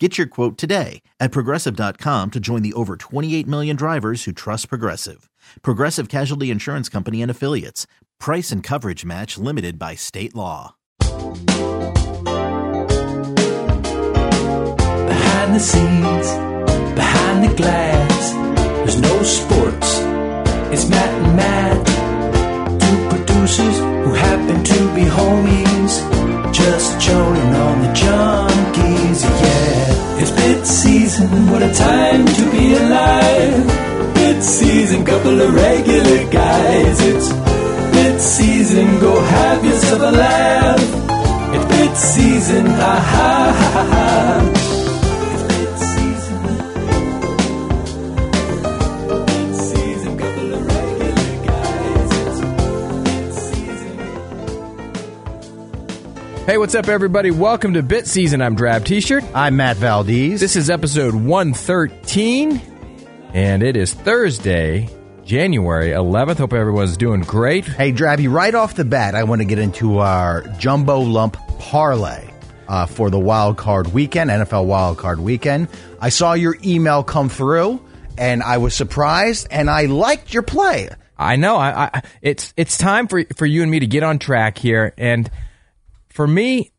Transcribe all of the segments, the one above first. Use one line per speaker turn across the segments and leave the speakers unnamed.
Get your quote today at progressive.com to join the over 28 million drivers who trust Progressive. Progressive Casualty Insurance Company and Affiliates. Price and coverage match limited by state law.
Behind the scenes, behind the glass, there's no sports. It's Matt and Matt, two producers who happen to be homies, just joning on the junkies. Yeah, it's bit season. What a time to be alive! Bit season, couple of regular guys. It's bit season. Go have yourself a laugh. It's bit season. Ah ha ha ha. ha.
Hey, what's up, everybody? Welcome to Bit Season. I'm Drab T-shirt.
I'm Matt Valdez.
This is episode 113, and it is Thursday, January 11th. Hope everyone's doing great.
hey, Drabby, right off the bat, I want to get into our jumbo lump parlay uh, for the wild card weekend, NFL wild card weekend. I saw your email come through, and I was surprised, and I liked your play.
I know. I, I it's it's time for for you and me to get on track here, and for me,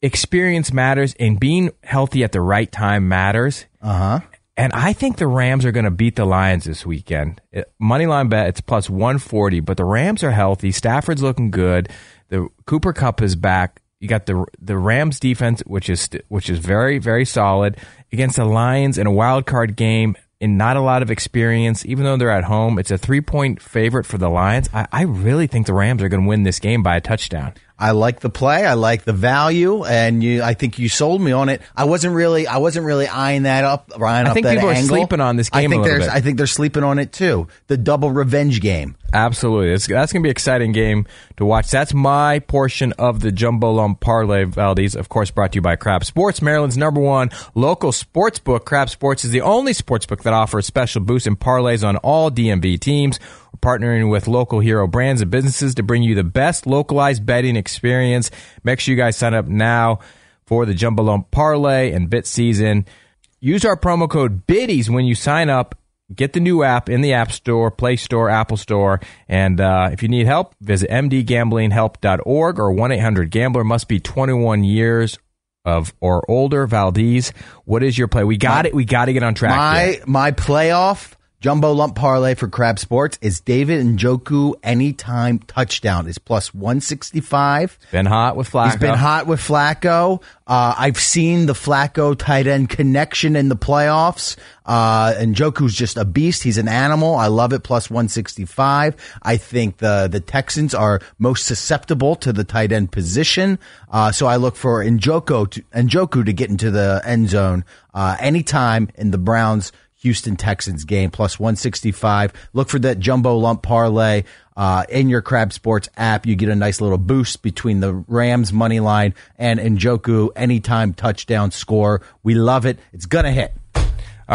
experience matters, and being healthy at the right time matters. Uh huh. And I think the Rams are going to beat the Lions this weekend. It, money line bet it's plus one forty, but the Rams are healthy. Stafford's looking good. The Cooper Cup is back. You got the the Rams defense, which is st- which is very very solid against the Lions in a wild card game and not a lot of experience. Even though they're at home, it's a three point favorite for the Lions. I, I really think the Rams are going to win this game by a touchdown.
I like the play. I like the value, and you, I think you sold me on it. I wasn't really, I wasn't really eyeing that up, or eyeing
I
up
think
that
people are
angle.
sleeping on this
I
game a
think
little
there's,
bit.
I think they're sleeping on it too. The double revenge game.
Absolutely. It's, that's going to be an exciting game to watch. That's my portion of the Jumbo Lump Parlay Valdez, of course, brought to you by Crab Sports, Maryland's number one local sports book. Crab Sports is the only sports book that offers special boosts and parlays on all DMV teams. We're partnering with local hero brands and businesses to bring you the best localized betting experience. Make sure you guys sign up now for the Jumbo Lump Parlay and Bit Season. Use our promo code BIDDIES when you sign up. Get the new app in the App Store, Play Store, Apple Store. And uh, if you need help, visit mdgamblinghelp.org or 1 800 Gambler. Must be 21 years of or older. Valdez, what is your play? We got it. We got to get on track. here.
My my playoff jumbo lump parlay for Crab Sports is David and Joku anytime touchdown is plus one sixty five.
Been hot with Flacco.
He's been hot with Flacco. Uh, I've seen the Flacco tight end connection in the playoffs. Uh, and Joku's just a beast. He's an animal. I love it. Plus 165. I think the, the Texans are most susceptible to the tight end position. Uh, so I look for Njoko to, Njoku to get into the end zone, uh, anytime in the Browns Houston Texans game plus 165. Look for that jumbo lump parlay uh, in your Crab Sports app. You get a nice little boost between the Rams money line and Njoku anytime touchdown score. We love it. It's gonna hit.
All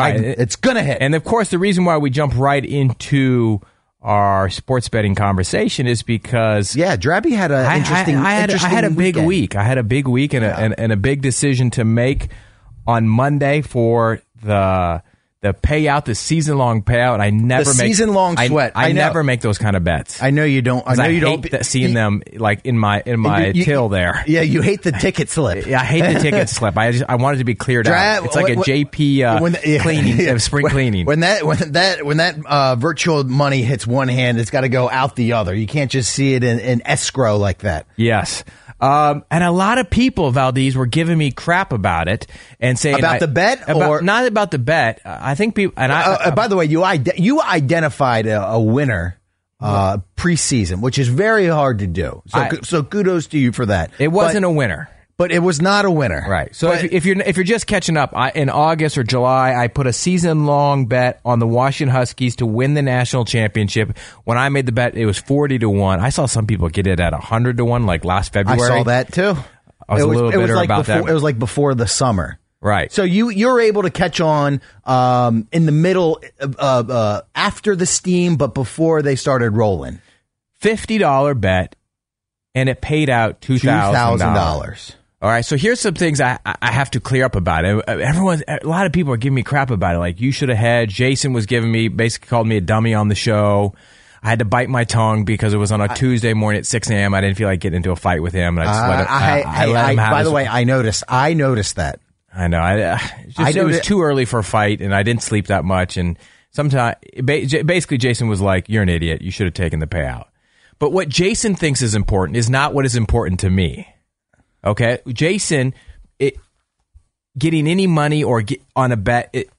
right.
I- it's gonna hit.
And of course, the reason why we jump right into our sports betting conversation is because
yeah, Drabby had
I-
an interesting.
I, I had,
interesting
I had a big
weekend.
week. I had a big week and, a, and, and a big decision to make on Monday for the the payout, the season long payout. I never make
season-long
I-
sweat.
I,
I know.
never make those kind of bets.
I know you don't. I
'Cause
know you
hate
don't. be-
that- seeing
you-
them like in my in my
you-
till there.
Yeah, you hate the ticket slip.
Yeah, I hate the ticket slip. I just I wanted to be cleared
Dra-
out. It's like a
wh- wh-
JP uh,
when the- yeah.
cleaning,
Yeah.
uh, spring
When-
cleaning.
When that when that when that uh, virtual money hits one hand, it's got to go out the other. You can't just see it in, in escrow like that.
Yes. Um, and a lot of people, Valdez, were giving me crap about it and saying
About
I-
the bet
about-
or-
not about the bet. Uh, I think people and I,
Uh, uh, by the way, you ide- you identified a, a winner uh, preseason, which is very hard to do. So
I-
so kudos to you for that.
it wasn't a winner.
but it was not a winner.
Right. So if, if you're if you're just catching up, I, in August or July, I put a season long bet on the Washington Huskies to win the national championship. When I made the bet, it was forty to one. I saw some people get it at hundred to one, like last
I
February.
saw that too.
I was a little
it was
bitter
like
about
before,
that.
It was like before the summer.
Right.
So you you're able to catch on um, in the middle uh, uh, after the steam, but before they started rolling.
fifty dollar bet, and it paid out two
Two thousand
thousand
dollars.
All right, so here's some things I, I I have to clear up about it. Uh, Everyone, a lot of people are giving me crap about it. Like you should have had. Jason was giving me basically called me a dummy on the show. I had to bite my tongue because it was on a Tuesday morning at 6 a.m. I didn't feel like getting into a fight with him, and I just
Uh,
let him. I, I let him have
by
his-
the way, I noticed. I noticed that.
I know. I, uh, just,
I
it was
noticed-
too early for a fight, and I didn't sleep that much. And sometimes, basically, Jason was like, "You're an idiot. You should have taken the payout." But what Jason thinks is important is not what is important to me. Okay, Jason, it, getting any money or get, on a bet. It,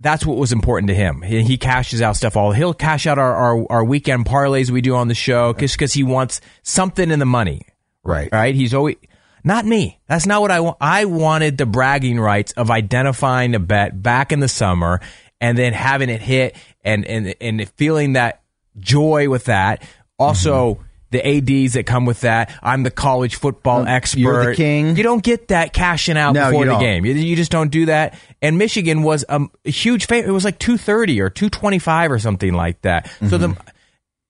that's what was important to him. He, he cashes out stuff all. He'll cash out our, our, our weekend parlays we do on the show just because he wants something in the money.
Right.
Right. He's always not me. That's not what I want. I wanted the bragging rights of identifying a bet back in the summer and then having it hit and and and feeling that joy with that. Also.
Mm-hmm.
The ads that come with that. I'm the college football expert.
you're the king.
You don't get that cashing out
No,
before
you
the
don't.
game. You, you just don't do that. And Michigan was um, a huge favorite. It was like two thirty or two twenty five or something like that. So
Mm-hmm.
the,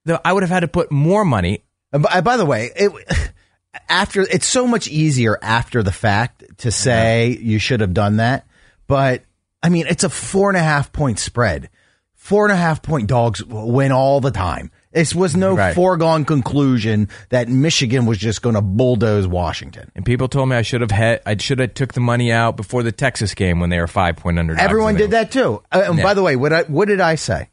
the I would have had to put more money
And by, by the way, it, after it's so much easier after the fact to say you should have done that, but I mean it's a four and a half point spread. Four and a half point dogs w- win all the time. This was no
Right.
foregone conclusion that Michigan was just going to bulldoze Washington.
And people told me I should have had I should have took the money out before the Texas game when they were five point underdogs.
Everyone
And they
did that too. Uh, and by the way, what I, what did I say?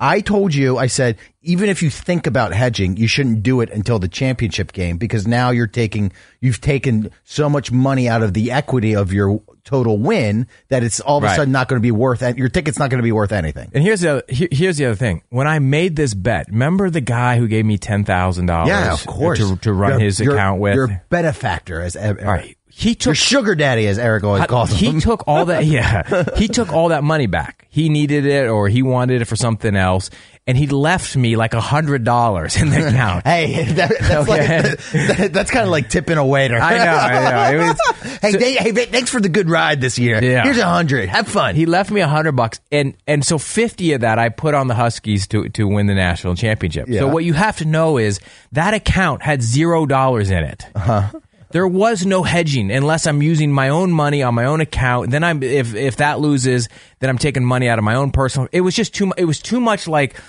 I told you, I said, even if you think about hedging, you shouldn't do it until the championship game because now you're taking, you've taken so much money out of the equity of your total win that it's all of a
Right.
sudden not going to be worth, an- your ticket's not going to be worth anything.
And here's the other, here- here's the other thing. When I made this bet, remember the guy who gave me ten thousand dollars?
Yeah, of course.
To, to run
Your-
his
your-
account with.
Your benefactor, as Eric.
All right. He
Your
took
sugar daddy, as Eric always calls
he
him.
took all that yeah he took all that money back he needed it or he wanted it for something else and he left me like a hundred dollars in the account
Hey, that, that's like that, that's kind of like tipping a waiter.
I know, I know. It was-
hey, they, hey, they- thanks for the good ride this year.
Yeah.
Here's a hundred. Have fun.
He left me a hundred bucks, and and so fifty of that I put on the Huskies to to win the national championship.
Yeah.
So what you have to know is that account had zero dollars in it.
Uh-huh.
There was no hedging unless I'm using my own money on my own account. Then I'm if if that loses, then I'm taking money out of my own personal. It was just too. mu- It was too much like.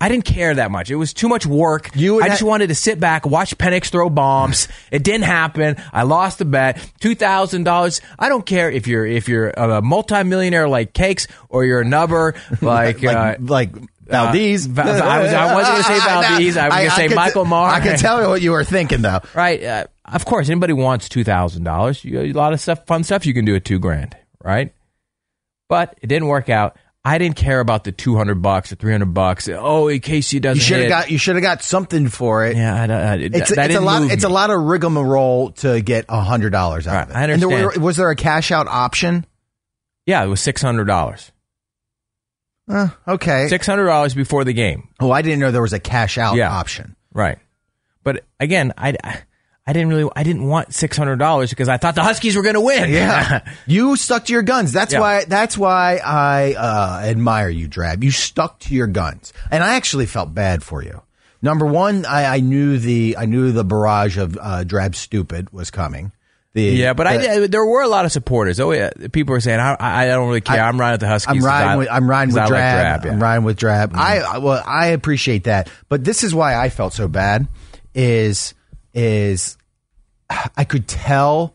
I didn't care that much. It was too much work.
You would
I just
ha-
wanted to sit back, watch Penix throw bombs. it didn't happen. I lost the bet. Two thousand dollars. I don't care if you're if you're a multimillionaire like Cakes or you're a nubber like. uh,
like, like Valdez.
uh, Va- Va- I was- I wasn't gonna say Valdez. I was gonna say
could-
Michael Maher.
I can tell you what you were thinking though.
right? Uh, of course, anybody wants two thousand dollars. A lot of stuff, fun stuff you can do at two grand, right? But it didn't work out. I didn't care about the two hundred bucks or three hundred bucks. Oh, in case he doesn't,
You should have
hit.
got. You should have got something for it.
Yeah, I, don't- I,
It's,
that
it's a
didn't
lot.
move
It's a
me.
lot of rigmarole to get a hundred dollars out of it.
Right, I
And there were-
understand.
was there a cash out option?
Yeah, it was six hundred dollars.
Uh, okay.
Six hundred dollars before the game.
Oh, I didn't know there was a cash out
Yeah.
option.
Right. But again, I, I didn't really I didn't want six hundred dollars because I thought the Huskies were going to win.
Yeah, you stuck to your guns. That's
Yeah.
why. That's why I uh, admire you, Drab. You stuck to your guns, and I actually felt bad for you. Number one, I, I knew the I knew the barrage of uh, Drab stupid was coming. The
yeah, but I
the-
did, there were a lot of supporters. Oh yeah, people were saying I I I don't really care. I, am riding with the Huskies.
I'm
'cause
riding
I-
with I'm riding
'cause
with
I like
Drab.
Drab, yeah. Mm-hmm.
I'm riding with Drab. I I- well I appreciate that, but this is why I felt so bad. Is is I could tell.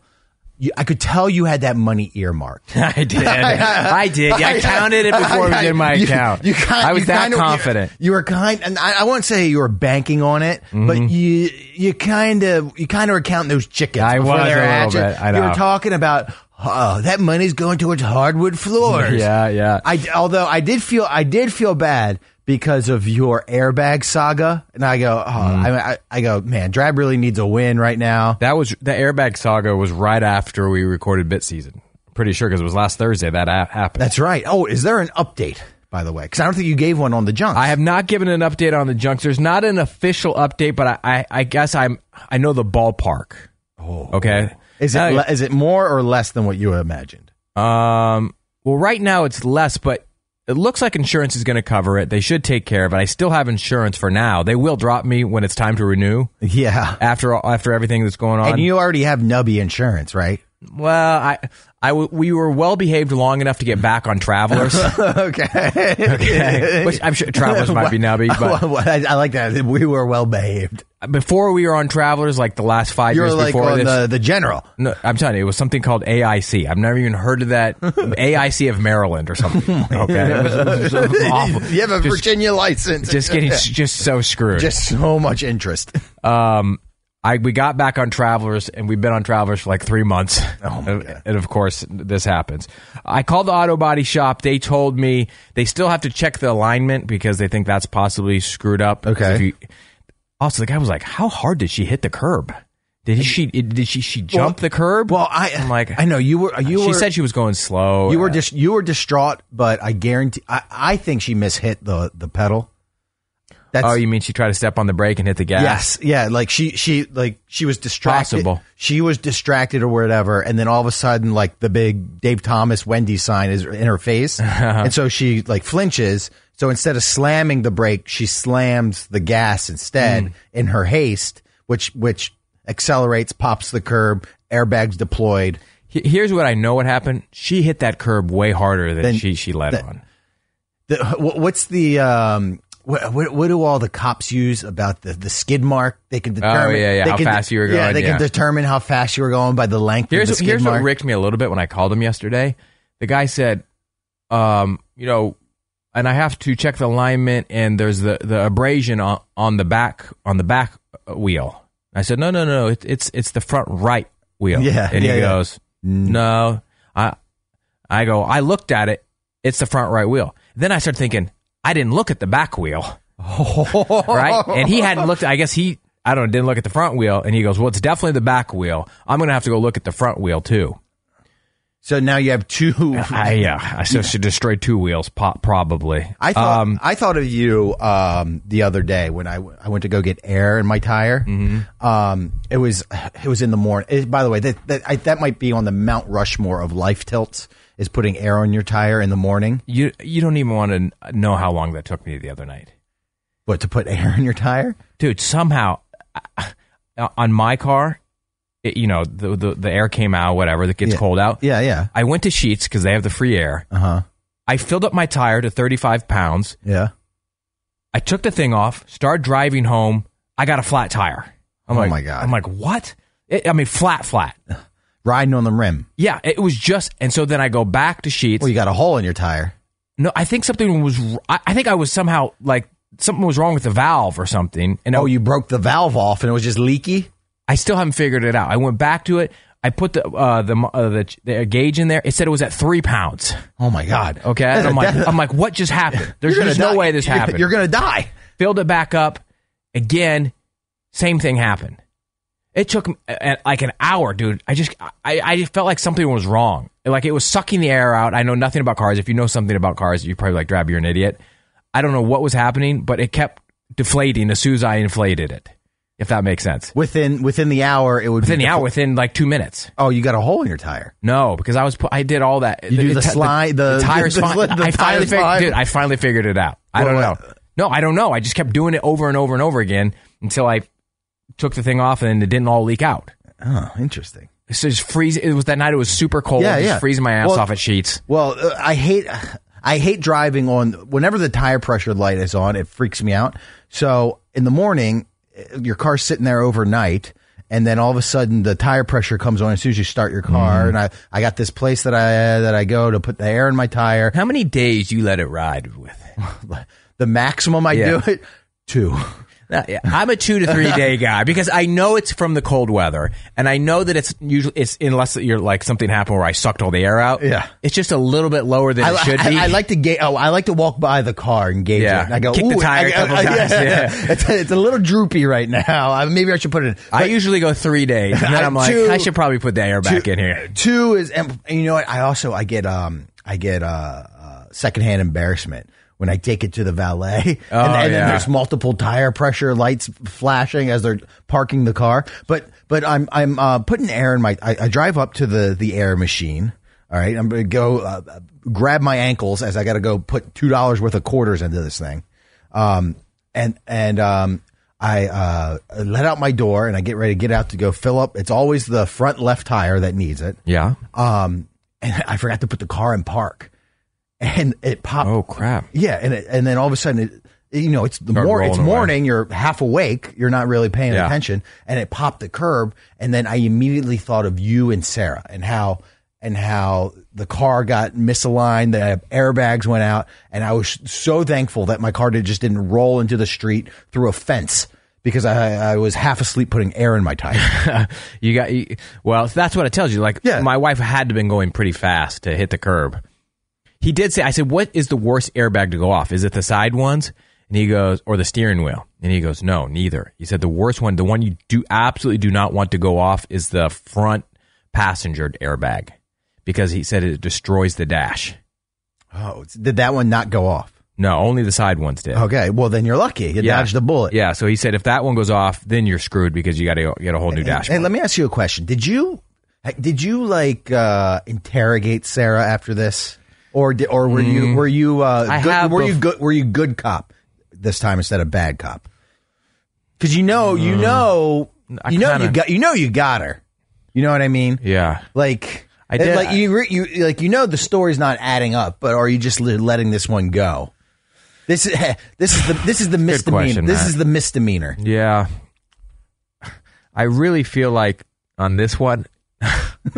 You, I could tell you had that money earmarked.
I did. I did. Yeah, I counted it before it was in my
You-
account.
you kind-
I was
you
that
kind of-
confident.
You, you were kind, and I, I won't say you were banking on it, but
Mm-hmm.
you you kind of you kind of were counting those chickens.
I
before
was
they were
a little
hatched.
bit. I
You
know.
were talking about oh, that money's going towards hardwood floors.
Yeah, yeah.
I although I did feel I did feel bad because of your airbag saga. And I go, oh,
Mm.
I, I, I go, man, Drab really needs a win right now.
That was the airbag saga was right after we recorded Bit Season. Pretty sure because it was last Thursday that ha- happened.
That's right. Oh, is there an update, by the way? Because I don't think you gave one on the junk.
I have not given an update on the junks. There's not an official update, but I, I, I guess I'm I know the ballpark. Oh, okay.
Is it,
Now-
le- is it more or less than what you imagined?
Um, well, right now it's less, but it looks like insurance is going to cover it. They should take care of it. I still have insurance for now. They will drop me when it's time to renew
Yeah.
after all- after everything that's going on.
And you already have nubby insurance, right?
well, I, I w- we were well behaved long enough to get back on travelers.
okay.
okay, which I'm sure travelers might be nubby, but
I, I like that. We were well behaved.
before we were on travelers, like the last 5
You're
years
like
before
on
this.
the, the general.
no, I'm telling you, it was something called AIC. I've never even heard of that AIC of Maryland or something. Okay, it was, it was awful.
Oh You have a
Just-
Virginia license.
just getting s- just so screwed.
just so much interest.
um, I we got back on Travelers and we've been on Travelers for like three months. Oh
my God.
And of course, this happens. I called the auto body shop. They told me they still have to check the alignment because they think that's possibly screwed up.
Okay.
If you- also, the guy was like, "How hard did she hit the curb? Did she did she she jump the curb?"
Well, I
I'm like,
I know you were you
she
were
said she was going slow.
you were
Uh,
dis- you were distraught, but I guarantee I, I think she mishit the the pedal. That's
Oh, you mean she tried to step on the brake and hit the gas?
yes, yeah, like she she like she was distracted.
Possible.
She was distracted or whatever, and then all of a sudden, like the big Dave Thomas Wendy sign is in her face, and so she like flinches. So instead of slamming the brake, she slams the gas instead
Mm.
in her haste, which which accelerates, pops the curb, airbags deployed.
He- Here's what I know what happened. She hit that curb way harder than
Then-
she she let
that-
on.
The, wh- what's the um? What, what, what do all the cops use about the, the skid mark? They can determine.
Oh, yeah, yeah,
they
how
can de-
fast you were
Yeah,
going,
they
yeah.
can determine how fast you were going by the length
Here's
of the skid
here's
mark.
what ricked me a little bit when I called him yesterday. The guy said, um, you know, and I have to check the alignment and there's the, the abrasion on, on the back on the back uh, wheel. I said, no, no, no, it, it's it's the front right wheel.
Yeah,
and
yeah, Mm.
he
yeah.
goes, no, I I go, I looked at it, it's the front right wheel. Then I started thinking, I didn't look at the back wheel, right? And he hadn't looked. I guess he. I don't know, didn't look at the front wheel, and he goes, "Well, it's definitely the back wheel. I'm going to have to go look at the front wheel too."
so now you have two.
I yeah, I still should destroy two wheels, po- probably.
I thought I thought of you um, the other day when I, w- I went to go get air in my tire.
Mm-hmm.
Um, it was it was in the morning. It, by the way, that that, I, that might be on the Mount Rushmore of life tilts is putting air on your tire in the morning.
you you don't even want to know how long that took me the other night,
What to put air in your tire?
dude. Somehow, I- on my car, it, you know the, the the air came out, whatever. That gets
Yeah.
cold out.
Yeah, yeah,
I went to Sheets because they have the free air.
uh huh,
I filled up my tire to 35 pounds.
yeah.
I took the thing off, started driving home. I got a flat tire. I'm
Oh
like,
my God.
I'm like, what? It, I mean, flat, flat.
Riding on the rim.
Yeah, it was just. And so then I go back to Sheets.
Well, you got a hole in your tire.
No, I think something was. r- I I think I was somehow like something was wrong with the valve or something, and
Oh, you broke the valve off and it was just leaky.
I still haven't figured it out. I went back to it. I put the uh, the mo- uh, the, the gauge in there. It said it was at three pounds.
Oh my god.
Okay,
That's
And I'm
a
like,
death-
I'm like, what just happened? There's
You're gonna
just no
die.
way this
You're-
happened.
You're gonna die.
Filled it back up again. Same thing happened. It took m- a- a- like an hour, dude. I just I, I felt like something was wrong. Like it was sucking the air out. I know nothing about cars. If you know something about cars, you're probably like, Drab, you're an idiot. I don't know what was happening, but it kept deflating as soon as I inflated it. If that makes sense.
Within within the hour, it would
Within
be
the hour, within like two minutes.
Oh, you got a hole in your tire.
No, because I was pu- I did all that.
You do the
ti-
slide- the-
tires.
the-
fine.
the- the
I finally
tires
figured,
slide.
dude, I finally figured it out. I
Well,
don't know.
what-
No, I don't know. I just kept doing it over and over and over again until I took the thing off and it didn't all leak out.
Oh, interesting.
So just freeze. It was that night. It was super cold.
Yeah,
just
yeah.
freezing my ass
Well-
off at sheets.
Well, uh, I hate I hate driving on whenever the tire pressure light is on. It freaks me out. So in the morning, uh, your car's sitting there overnight, and then all of a sudden the tire pressure comes on as soon as you start your
Mm-hmm.
car. And I, I got this place that I that I go to put the air in my tire.
How many days you let it ride with?
The maximum I
Yeah.
do it two.
Uh, yeah, I'm a two to three day guy because I know it's from the cold weather, and I know that it's usually it's unless you're like something happened where I sucked all the air out.
Yeah.
it's just a little bit lower than
I,
it
li-
should be.
I, I like to ga- oh, I like to walk by the car and gauge
Yeah.
it. And I go
Kick the
"Ooh,
tire
I-
a couple
I-
times, yeah.
it's, it's a little droopy right now. I, maybe I should put it. in.
I usually go three days, and then
I- uh,
I'm like,
two-
I should probably put the air back in here.
Two is, and and you know what? I also I get um I get uh, uh secondhand embarrassment when I take it to the valet, and,
Oh,
and then
yeah.
there's multiple tire pressure lights flashing as they're parking the car. But but I'm I'm uh, putting air in my. I, I drive up to the the air machine. All right, I'm gonna go uh, grab my ankles as I got to go put two dollars worth of quarters into this thing. Um, and and um, I uh, let out my door and I get ready to get out to go fill up. It's always the front left tire that needs it.
Yeah.
Um, and I forgot to put the car in park, and it popped.
Oh crap.
Yeah, and it, and then all of a sudden, it, you know, it's the
Started
mor-
rolling
it's
away.
morning. You're half awake. You're not really paying
Yeah.
attention, and it popped the curb. And then I immediately thought of you and Sarah, and how and how the car got misaligned. The airbags went out, and I was so thankful that my car did, just didn't roll into the street through a fence because I, I was half asleep putting air in my tire.
You got you, well. That's what it tells you. Like,
Yeah.
my wife had to been going pretty fast to hit the curb. He did say, "I said, what is the worst airbag to go off? Is it the side ones?" And he goes, "Or the steering wheel?" And he goes, "No, neither." He said, "The worst one, the one you do absolutely do not want to go off, is the front passenger airbag, because he said it destroys the dash.
oh, did that one not go off?
No, only the side ones did."
Okay, well then you're lucky. You dodged a bullet.
Yeah, so he said if that one goes off, then you're screwed because you got to get a whole new
Hey,
dashboard.
let me ask you a question. Did you did you like uh, interrogate Sarah after this, or di- or were you were you uh,
Mm. I
good,
have
were you
bef-
good were you good cop this time instead of bad cop? Because you know you know
Mm. I
you know you
kinda-
got you know you got her. You know what I mean?
yeah.
Like
I did-
Like you re- you like you know the story's not adding up, but are you just li- letting this one go? This is this is the this is the misdemeanor.
question,
this
Matt.
is the misdemeanor.
Yeah. I really feel like on this one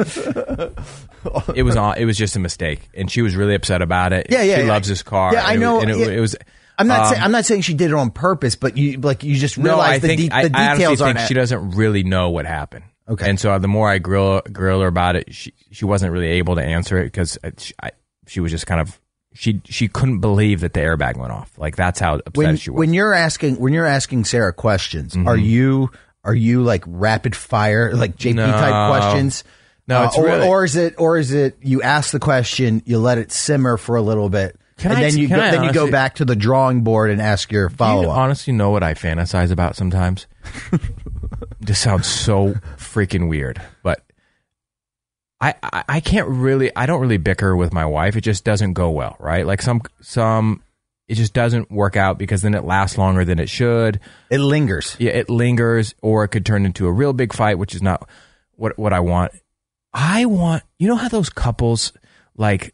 it was all, it was just a mistake and she was really upset about it.
Yeah, yeah,
She
yeah.
loves this car.
Yeah,
and
I
it
know,
was- and it,
yeah.
it was
I'm not. saying, I'm not saying she did it on purpose, but you like you just
Um, no, I
realize the,
think
de-
I,
the
I honestly
details
think
aren't.
she doesn't really know what happened.
Okay.
And so the more I grill grill her about it, she she wasn't really able to answer it because she, I- she was just kind of she she couldn't believe that the airbag went off. Like that's how upset
when,
she was.
when you're asking when you're asking Sarah questions, are
Mm-hmm.
you are you like rapid fire like JP
No.
type questions? Uh,
No, it's
or,
really-
or is it or is it you ask the question, you let it simmer for a little bit,
Can
and
I-
then you
can
go,
I
then you go
honestly-
back to the drawing board and ask your
Do
follow
you
up.
honestly know what I fantasize about sometimes? this sounds so freaking weird, but I, I I can't really I don't really bicker with my wife. It just doesn't go well, right? Like some some it just doesn't work out because then it lasts longer than it should.
It lingers.
Yeah, it lingers or it could turn into a real big fight, which is not what what I want. I want you know how those couples like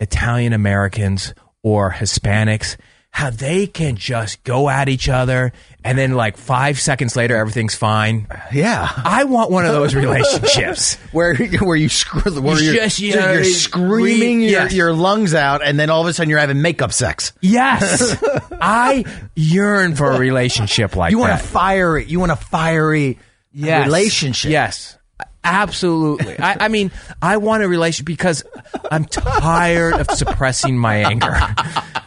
Italian Americans or Hispanics how they can just go at each other and then like 5 seconds later everything's fine.
Yeah,
I want one of those relationships.
where where you scr- where
You
you're,
just, you know,
you're screaming
re-
your,
yes.
your lungs out, and then all of a sudden you're having makeup sex.
Yes. I yearn for a relationship like
You
that.
want a fiery, you want a fiery
Yes.
relationship.
Yes. Absolutely. I, I mean, I want a relationship because I'm tired of suppressing my anger.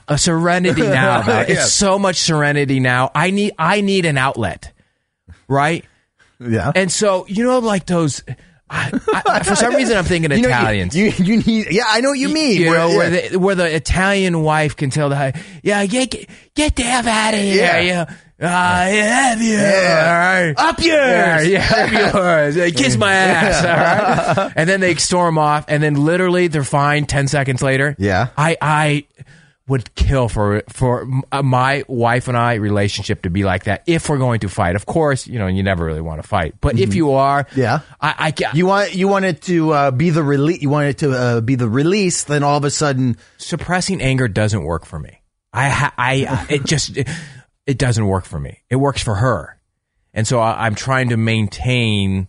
A serenity now. man. It's
Yeah.
so much serenity now. I need I need an outlet. Right?
Yeah.
And so, you know like those I, I, for some reason I'm thinking
You know, you-
Italians.
You, you, need, yeah, I know what you mean.
You
Where-
know,
yeah.
where, the, where the Italian wife can tell the yeah, get get, get the F out of here,
Yeah.
yeah, uh, I have you,
Yeah.
all right.
Up
Yeah,
yours.
yeah, up yours. Hey, Kiss my ass. All right. And then they storm off, and then literally they're fine. Ten seconds later.
Yeah.
I I would kill for for uh, my wife and I relationship to be like that. If we're going to fight, of course, you know you never really want to fight, but if you are,
Mm-hmm. Yeah.
I, I ca-
You want you want it to uh, be the release. You want it to uh, be the release. Then all of a sudden,
suppressing anger doesn't work for me. I ha- I uh, it just it, it doesn't work for me. It works for her, and so I, I'm trying to maintain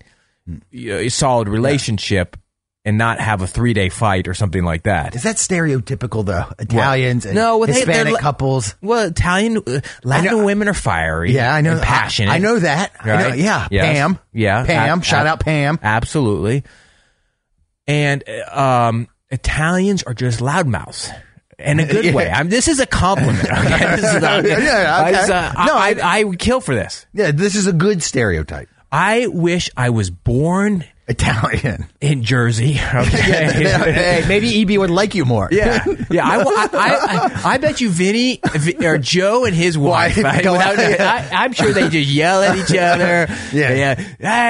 you know, a solid relationship and not have a three day fight or something like that.
Is that stereotypical though? Italians and
No, with- hey, they're
Hispanic
li-
couples.
Well, Italian uh, Latin
know-
women are fiery.
Yeah, I know.
and passionate.
I, I know that. I know-
Right?
yeah,
Yes.
Pam.
Yeah,
Pam.
a-
shout
a-
out Pam.
Absolutely. And uh, um, Italians are just loudmouths. In a good
Yeah.
way. I'm, this is a compliment. Okay? This is not-
Yeah, yeah,
I,
okay.
just, uh, I-
No,
I,
I-
I would kill for this.
Yeah, this is a good stereotype.
I wish I was born
Italian.
in Jersey. Okay.
hey, maybe EB would like you more.
Yeah, yeah. I, I, I, I bet you Vinny Vi- or Joe and his wife.
Wife.
I,
Go on.
am sure they just yell at each other.
Yeah.
yeah.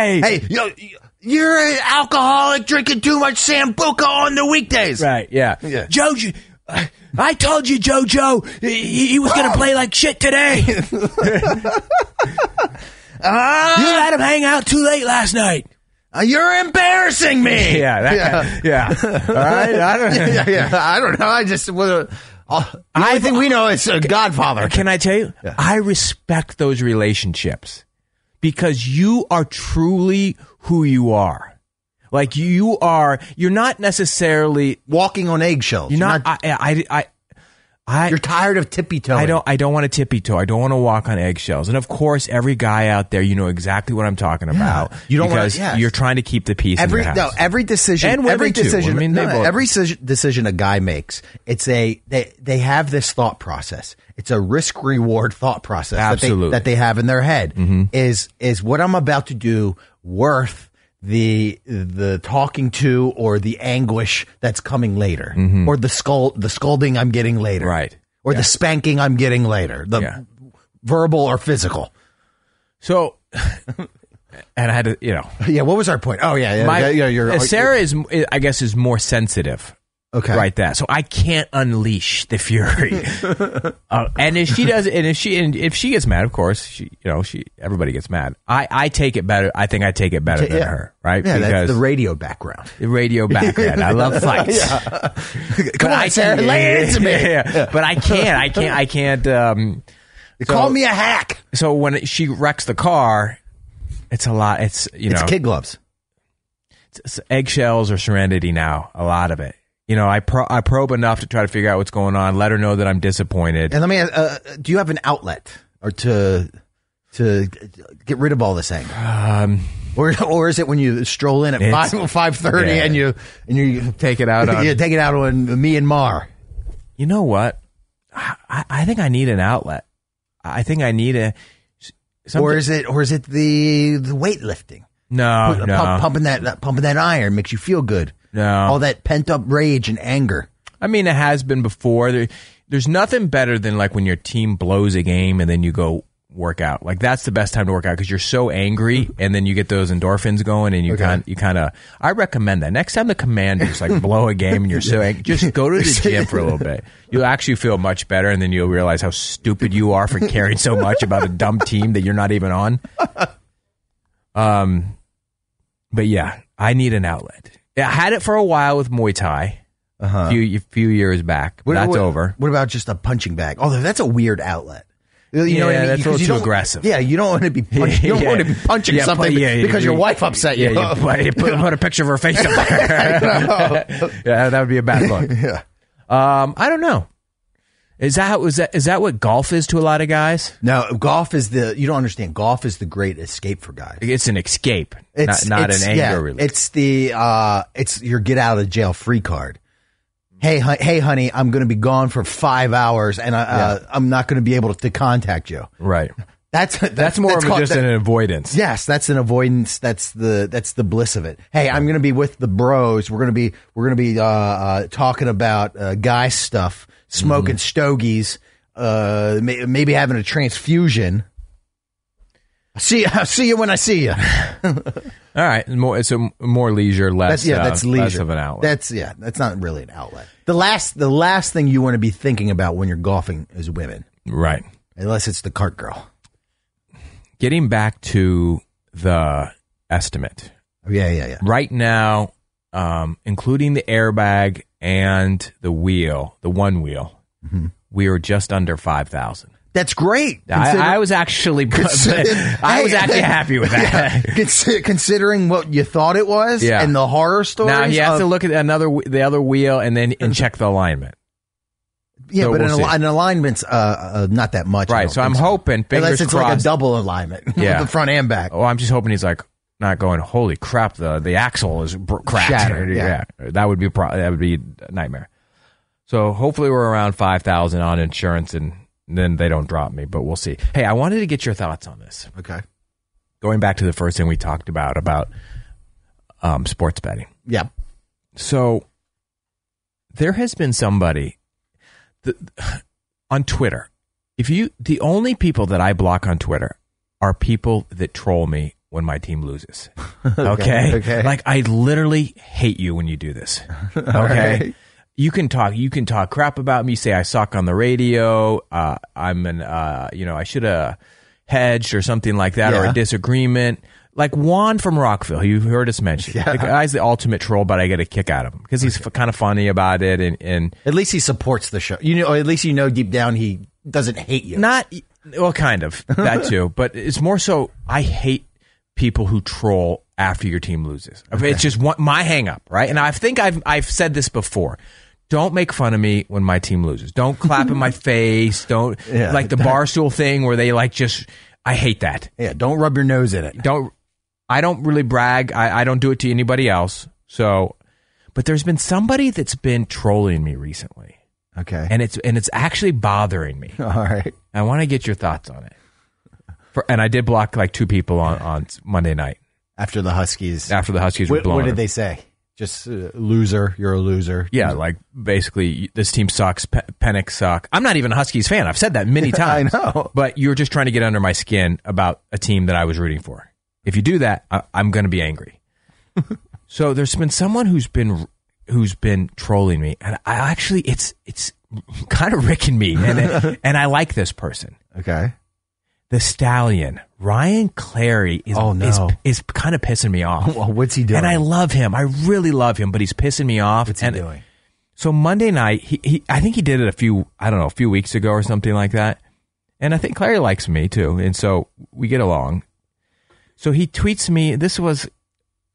Hey,
Hey, yo, you're an alcoholic drinking too much sambuca on the weekdays.
right? Yeah,
Yeah.
Jojo, I told you, Jojo, he, he was going to play like shit today. you let him hang out too late last night.
Uh, you're embarrassing me.
Yeah, that yeah. yeah. All right, I don't.
yeah, yeah. I don't know. I just well, uh, the only thing we know is a Godfather.
Can I tell you? I respect those relationships because you are truly who you are. Like you are, you're not necessarily.
Walking on eggshells.
You're not. I. I. I. I
you're tired of tippy toeing.
I don't. I don't want to tippy toe. I don't want to walk on eggshells. And of course, every guy out there, you know exactly what I'm talking about.
You don't wanna-
because
yes.
you're trying to keep the peace. in
Every
your house.
no, every decision,
And women
every
too.
decision,
I mean, they
no,
both-
every decision, decision a guy makes, it's a they they have this thought process. It's a risk reward thought process
Absolutely. Mm-hmm.
that they that they have in their head. Is is what I'm about to do worth the the talking to or the anguish that's coming later or the scold the scolding I'm getting later
Mm-hmm. Right.
or the spanking I'm getting later the
Yeah.
verbal or physical
So, and I had to, you know,
yeah what was our point oh yeah yeah,
my uh,
yeah, yeah you're,
Sarah is, I guess, is more sensitive
okay
Right, that. So I can't unleash the fury. Uh, and if she does, and if she, and if she gets mad, of course, she, you know, she, everybody gets mad. I, I take it better. I think I take it better than
yeah.
her, right?
yeah
because
that's the radio background
the radio background. I love fights.
Come on, Sarah, lay it into me.
Yeah. But I can't. I can't. I can't. Um,
Call me a hack.
so when she wrecks the car, it's a lot. It's you know,
It's kid gloves.
s- eggshells or serenity now. A lot of it. You know, I pro- I probe enough to try to figure out what's going on. Let her know that I'm disappointed.
And let me ask, uh, do you have an outlet or to to get rid of all this anger?
Um,
Or or is it when you stroll in at
It's-
five five thirty
yeah.
and you and you
take it out on
you take it out on me and Mar?
you know what? I, I- I think I need an outlet. I think I need a. Something,
Or is it or is it the the weightlifting?
no,
Pu-
Oh, no,
pump- pumping that, that pumping that iron makes you feel good.
no.
All that pent up rage and anger.
I mean, it has been before. There, there's nothing better than like when your team blows a game and then you go work out. Like that's the best time to work out because you're so angry and then you get those endorphins going and you kind you kind of. I recommend that next time the Commanders like blow a game and you're so angry, just go to the gym for a little bit. You'll actually feel much better and then you'll realize how stupid you are for caring so much about a dumb team that you're not even on. Um, but yeah, I need an outlet. I had it for a while with Muay Thai
Uh-huh.
few a few years back.
What-
That's
what-
over.
What about just a punching bag? Although that's a weird outlet. You
Yeah,
know what I mean?
that's a
Because
little
you
too
don't-
aggressive.
Yeah, you don't want to be punch, you don't
Yeah.
want to be punching
Yeah,
something
pu- yeah, yeah,
because your
you-
wife upset
Yeah,
you.
you put, you put, put a picture of her face up there. yeah, that would be a bad look.
Yeah.
Um, I don't know. Is that how- is that is that what golf is to a lot of guys?
No, golf is the you don't understand. Golf is the great escape for guys.
It's an escape,
It's
not, not
it's-
an anger
yeah,
release.
It's the uh, it's your get out of jail free card. Hey, hun- hey, honey, I'm going to be gone for five hours, and I, uh, I'm not going to be able to, contact you.
right.
That's that's,
That's more of a,
called-
just
that-
an avoidance.
Yes, that's an avoidance. That's the that's the bliss of it. Hey, I'm going to be with the bros. We're going to be we're going to be uh, uh, talking about uh, guy stuff,
Mm-hmm.
smoking stogies, uh, may, maybe having a transfusion. See, I'll see you when I see you.
All right, more so more leisure, less
That's yeah,
uh,
that's leisure.
less of an outlet.
That's yeah, that's not really an outlet. The last the last thing you want to be thinking about when you're golfing is women,
right.
unless it's the cart girl.
Getting back to the estimate.
Yeah, yeah, yeah.
right now, um, including the
Mm-hmm.
airbag and the wheel, the one wheel, we are just under five thousand.
That's great. Consider-
I, I was actually I was
Hey,
actually
hey,
happy with that.
yeah. Consi- considering what you thought it was
Yeah.
and the horror stories.
Now he has
of-
to look at another w- the other wheel and then and check the alignment.
yeah,
so
but
we'll
an, al-
see.
an alignment's uh, uh, not that much. I
Right,
don't
so
think
I'm hoping,
Unless
fingers
it's like a
crossed.
double alignment,
Yeah.
with the front and back.
oh, I'm just hoping he's like not going. Holy crap! The the axle is br- cracked.
Shattered, yeah.
that would be a pro- that would be a nightmare. So hopefully we're around five thousand on insurance, and then they don't drop me. But we'll see. Hey, I wanted to get your thoughts on this.
Okay.
Going back to the first thing we talked about about um, sports betting.
Yeah.
So there has been somebody th on Twitter. If you the only people that I block on Twitter are people that troll me when my team loses. okay?
okay.
Like I literally hate you when you do this. Okay.
right.
You can talk you can talk crap about me, say I suck on the radio, uh, I'm an uh, you know, I should have hedged or something like that or
Yeah.
a disagreement. Like Juan from Rockville, you heard us mention. The guy's the ultimate troll, but I get a kick out of him because he's f- kind of funny about it and, and
At least he supports the show. You know, or at least you know deep down he doesn't hate you.
not well, kind of that too. But it's more so I hate people who troll after your team loses. It's just one, my hang up, right? And I think I've I've said this before. Don't make fun of me when my team loses. Don't clap in my face. Don't
Yeah.
like the barstool thing where they like just. I hate that.
Yeah, don't rub your nose in it.
don't I don't really brag. I, I don't do it to anybody else. So but there's been somebody that's been trolling me recently.
Okay.
And it's and it's actually bothering me.
All right.
I want to get your thoughts on it. For, and I did block like two people on, on Monday night
After the Huskies.
after the Huskies were
What,
blown.
what did they say? Just uh, loser. You're a loser.
Yeah, like basically this team sucks. Pe- Penix suck. I'm not even a Huskies fan. I've said that many
I
times.
know.
But you're just trying to get under my skin about a team that I was rooting for. If you do that, I- I'm going to be angry. so there's been someone who's been who's been trolling me, and I actually it's it's kind of ricking me, and and I like this person.
Okay.
The stallion Ryan Clary is
Oh, no.
is, is kind of pissing me off.
Well, what's he doing?
And I love him. I really love him, but he's pissing me off.
What's he
and
doing?
so Monday night, he, he I think he did it a few I don't know a few weeks ago or something like that, and I think Clary likes me too, and so we get along. So he tweets me. This was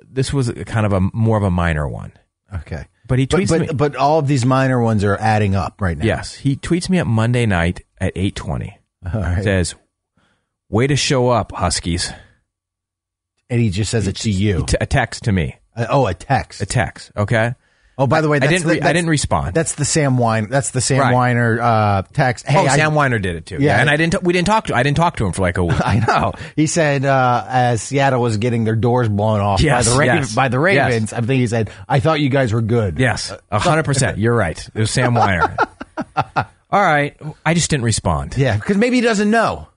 this was a kind of a more of a minor one,
Okay.
but he
But,
tweets
but,
me.
but all of these minor ones are adding up right now.
Yes, he tweets me at Monday night at eight twenty.
All right.
Says, "Way to show up, Huskies."
And he just says it to you.
T- a text to me.
Uh, oh, a text.
A text. Okay.
oh, by the way,
I
that's
didn't.
the-
Re- I
that's-
didn't respond.
That's the Sam Weiner. That's the Sam
Right.
Weiner uh, text. Hey,
oh,
I,
Sam Weiner did it too. Yeah,
Yeah.
and I didn't. we didn't talk to. I didn't talk to him for like a week.
I know. He said uh, as Seattle was getting their doors blown off
Yes,
by the Ra-
yes,
by the
yes.
Ravens, I think he said, "I thought you guys were good."
Yes, a hundred percent. You're right. It was Sam Weiner. All right, I just didn't respond.
yeah, because maybe he doesn't know,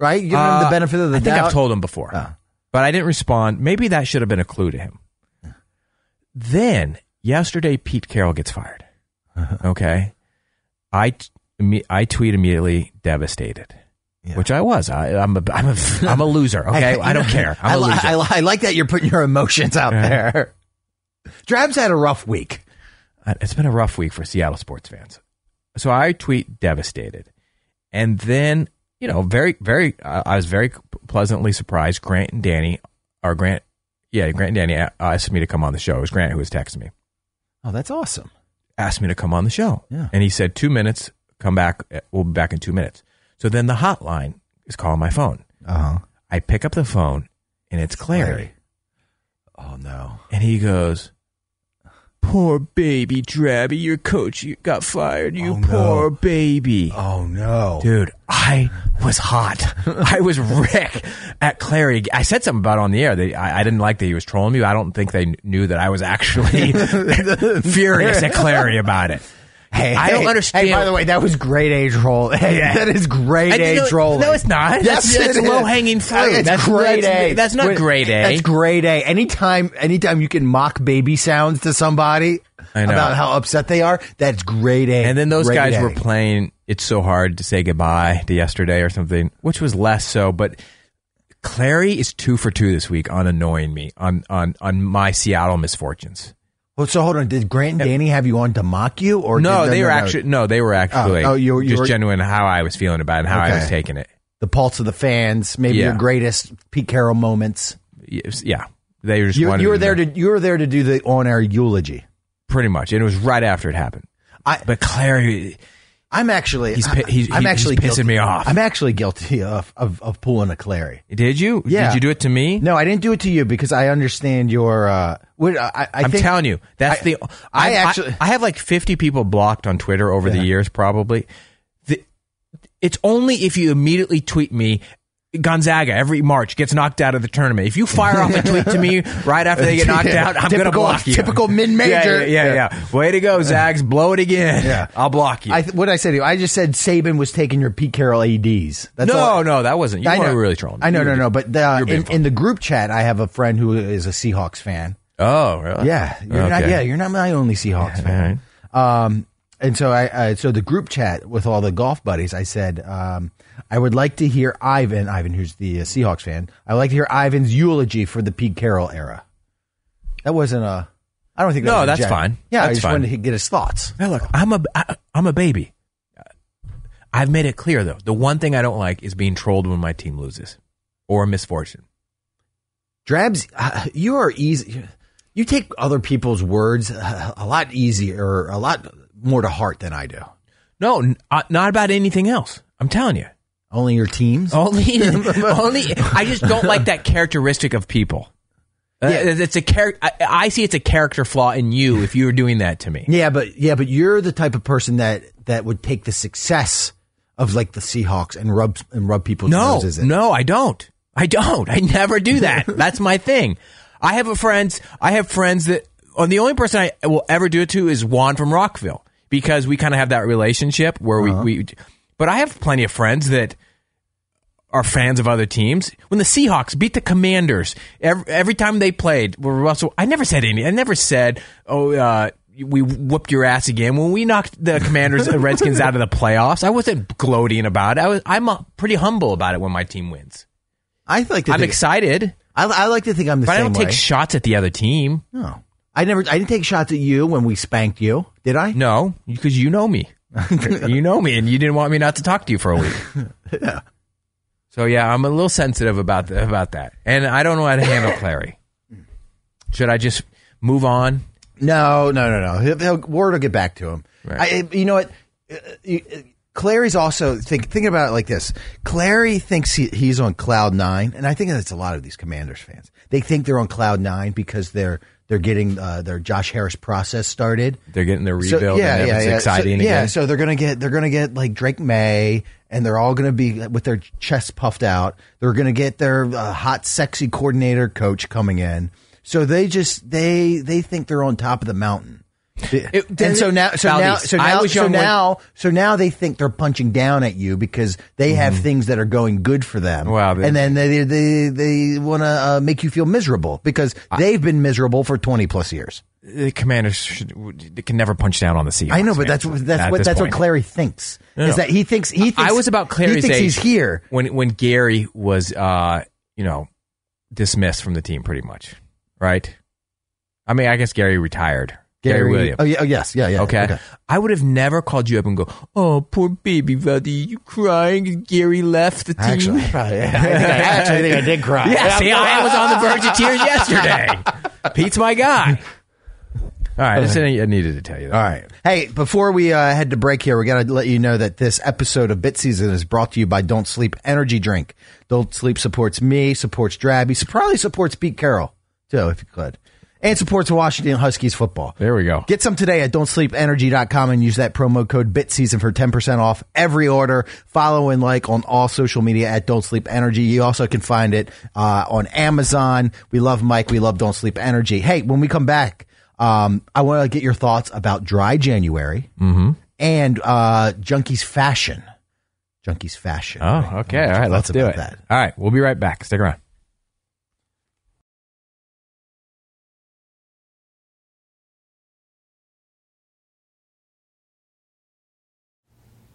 right? You give him the
Uh,
benefit of the
I think
doubt. Ah.
I've told him before, but I didn't respond. Maybe that should have been a clue to him. Then yesterday, Pete Carroll gets fired.
Uh-huh.
Okay, I t- imme- I tweet immediately devastated, which I was. I, I'm a I'm a I'm a loser. Okay, I don't care.
I,
I'm a
li-
loser. Uh-huh.
I, li- I like that you're putting your emotions out
Yeah.
there. Drab's had a rough week.
Uh, it's been a rough week for Seattle sports fans. So I tweet devastated, and then you know, very, very, uh, I was very pleasantly surprised. Grant and Danny, or Grant, yeah, Grant and Danny a- asked me to come on the show. It was Grant who was texting me,
Oh, that's awesome.
asked me to come on the show,
Yeah.
and he said two minutes, come back, uh, we'll be back in two minutes. So then the hotline is calling my phone.
Uh huh.
I pick up the phone, and it's Clary.
Oh no.
And he goes, Poor baby, Drabby, your coach you got fired. You
Oh, no.
poor baby.
Oh no.
Dude, I was hot. I was Rick at Clary. I said something about it on the air. They, I, I didn't like that he was trolling me. I don't think they knew that I was actually furious at Clary about it.
Hey,
I don't
hey,
understand.
Hey, by the way, that was grade age roll. Hey, that is grade
I didn't
age
know-
roll.
no, it's not. That's- that's low-hanging fruit.
It's
That's-
grade
that's-
A.
that's not eh?
Wait,
grade A.
That's grade A. Anytime, anytime you can mock baby sounds to somebody
I know.
about how upset they are, that's grade A.
And then those
grade
guys
A.
were playing It's So Hard to Say Goodbye to yesterday or something, which was less so, but Clary is two for two this week on annoying me on on on my Seattle misfortunes.
Well, so hold on. Did Grant and Danny have you on to mock you, or
No,
did-
they were actually no, they were actually
oh, you- you
just
were-
genuine how I was feeling about it and how I
Okay.
was taking it.
the pulse of the fans? Maybe
Yeah.
your greatest Pete Carroll moments.
Yes, Yeah, they just
You,
wanted
you were
to
there
know.
to you were there to do the on air eulogy.
pretty much, and it was right after it happened.
I
But Claire,
I'm actually
He's
I,
pi- he's-
I'm
he's
actually
pissing
guilty-
me off.
I'm actually guilty of of, of pulling a Clary.
did you?
Yeah.
Did you do it to me?
No, I didn't do it to you because I understand your. Uh, what, I, I
I'm
think,
telling you, that's
I-
the.
I
I've-
actually-
I, have like 50 people blocked on Twitter over the years, probably. The, it's only if you immediately tweet me. Gonzaga every March gets knocked out of the tournament. If you fire off a tweet to me right after they get knocked
Yeah.
out, I'm gonna
Typical-
block you.
typical mid-major.
Yeah, yeah, yeah, yeah. Way to go, Zags. Blow it again.
Yeah.
I'll block you.
I th- what I said to you, I just said Saban was taking your Pete Carroll ADs. That's all.
no, no, that wasn't. You
I know,
were really trolling. me.
I know,
You
no,
were
no.
just-
But uh,
you were being
in, in the group chat, I have a friend who is a Seahawks fan.
oh, really?
Yeah, you're not.
Okay.
Yeah, you're not my only
All right.
Seahawks fan. Um, and so I, uh, so the group chat with all the golf buddies, I said, um, I would like to hear Ivan, Ivan, who's the uh, Seahawks fan. I would like to hear Ivan's eulogy for the Pete Carroll era. That wasn't a. I don't think. that
No,
was a
that's
jag-
fine.
Yeah, I
That's
just
fine.
wanted to get his thoughts.
Now look, I'm a I, I'm a baby. I've made it clear though. The one thing I don't like is being trolled when my team loses or misfortune.
Drabs, uh, you are easy. You take other people's words uh, a lot easier, a lot more to heart than I do.
No, n- uh, not about anything else. I'm telling you.
Only your teams.
Only only I just don't like that characteristic of people. Uh,
Yeah.
It's a char- I, I see it's a character flaw in you if you were doing that to me.
Yeah, but yeah, but you're the type of person that that would take the success of like the Seahawks and rub and rub people's
No,
noses in.
no, I don't. I don't. I never do that. That's my thing. I have a friends. I have friends that. On the only person I will ever do it to is Juan from Rockville because we kind of have that relationship where we, we. But I have plenty of friends that are fans of other teams. When the Seahawks beat the Commanders, every, every time they played, well, Russell, I never said any. I never said, "Oh, uh, we whooped your ass again." When we knocked the Commanders and Redskins out of the playoffs, I wasn't gloating about it. I was, I'm uh, pretty humble about it when my team wins.
I like to
I'm
think,
excited,
I, I like to think I'm the
but I
same
don't
way.
take shots at the other team.
no, I never. I didn't take shots at you when we spanked you, did I?
No, because you know me. you know me, and you didn't want me not to talk to you for a week. So yeah, I'm a little sensitive about the, about that, and I don't know how to handle Clary. Should I just move on?
No, no, no, no. He'll, he'll, word will get back to him.
Right.
I, you know what? Uh, you- uh, Clary's also think thinking about it like this. Clary thinks he, he's on cloud nine, and I think that's a lot of these Commanders fans. They think they're on cloud nine because they're they're getting uh, their Josh Harris process started.
They're getting their
So-
rebuild. and it's exciting
so, yeah,
again.
so they're gonna get they're gonna get like Drake May, and they're all gonna be with their chests puffed out. They're gonna get their uh, hot, sexy coordinator coach coming in. So they just they they think they're on top of the mountain. and so now, so now,
Valdez,
so
I
now,
was
so
young when-
now, so now they think they're punching down at you because they have things that are going good for them.
Mm-hmm. Wow, they-
and then they they they want to uh, make you feel miserable because they've been miserable for twenty plus years.
the commanders should, they can never punch down on the Seahawks.
I know,
man.
but that's what that's
At
what
this
that's
point.
what Clary thinks.
No,
Is
no.
that he thinks he thinks
I was about Clary's
He thinks
age
he's here.
when when Gary was uh you know dismissed from the team pretty much, right? I mean, I guess Gary retired. Gary, Williams.
Oh, yeah, oh yes, yeah, yeah.
Okay. I would have never called you up and go, "Oh, poor baby Vuddy, you crying? Gary left the team."
Actually, I probably, I, think I, actually think I did cry.
yeah, see, I was on the verge of tears yesterday. Pete's my guy. All right, I just I needed to tell you that.
All right. Hey, before we uh, head to break here, we got to let you know that this episode of Bit Season is brought to you by Don't Sleep Energy Drink. Don't Sleep supports me, supports Drabby, so probably supports Pete Carroll, too, if you could, and supports Washington Huskies football.
There we go.
Get some today at don'tsleepenergy.com and use that promo code BitSeason for 10% off every order. Follow and like on all social media at Don't Sleep Energy. You also can find it uh, on Amazon. We love Mike. We love Don't Sleep Energy. Hey, when we come back, um, I want to get your thoughts about dry January
Mm-hmm.
and uh, Junkie's fashion. Junkie's fashion.
Oh, okay. All right,
Thoughts
let's do
about
it. All right, we'll be right back. Stick around.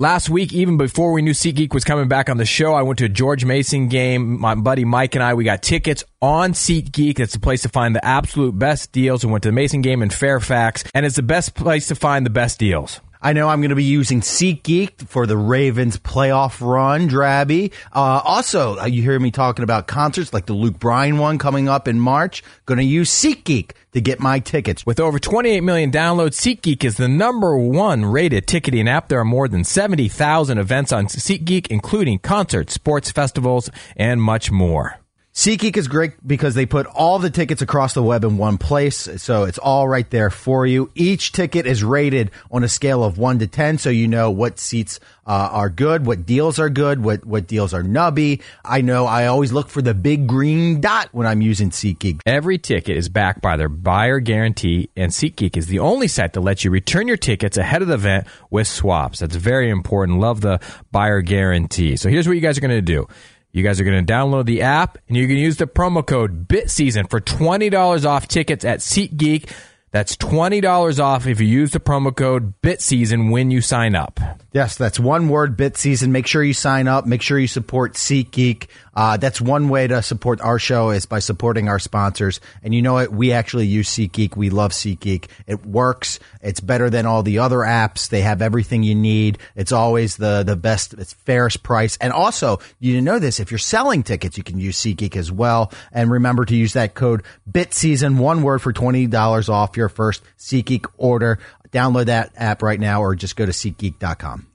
Last week, even before we knew SeatGeek was coming back on the show, I went to a George Mason game. My buddy Mike and I, we got tickets on SeatGeek. That's the place to find the absolute best deals. We went to the Mason game in Fairfax, and it's the best place to find the best deals.
I know I'm going to be using SeatGeek for the Ravens playoff run, Drabby. Uh, also, uh, you hear me talking about concerts like the Luke Bryan one coming up in March. Going to use SeatGeek to get my tickets.
With over 28 million downloads, SeatGeek is the number one rated ticketing app. There are more than 70,000 events on SeatGeek, including concerts, sports festivals, and much more.
SeatGeek is great because they put all the tickets across the web in one place, so it's all right there for you. Each ticket is rated on a scale of one to ten, so you know what seats uh, are good, what deals are good, what what deals are nubby. I know I always look for the big green dot when I'm using SeatGeek.
Every ticket is backed by their buyer guarantee, and SeatGeek is the only site that lets you return your tickets ahead of the event with swaps. That's very important. Love the buyer guarantee. So here's what you guys are going to do. You guys are going to download the app, and you can use the promo code BitSeason for $20 off tickets at SeatGeek. That's $20 off if you use the promo code BitSeason when you sign up.
Yes, that's one word, bit season. Make sure you sign up. Make sure you support SeatGeek. Uh, that's one way to support our show is by supporting our sponsors. And you know what? We actually use SeatGeek. We love SeatGeek. It works. It's better than all the other apps. They have everything you need. It's always the, the best, it's fairest price. And also, you didn't know this, if you're selling tickets, you can use SeatGeek as well. And remember to use that code BitSeason, one word for $20 off your first SeatGeek order. Download that app right now or just go to SeatGeek.com.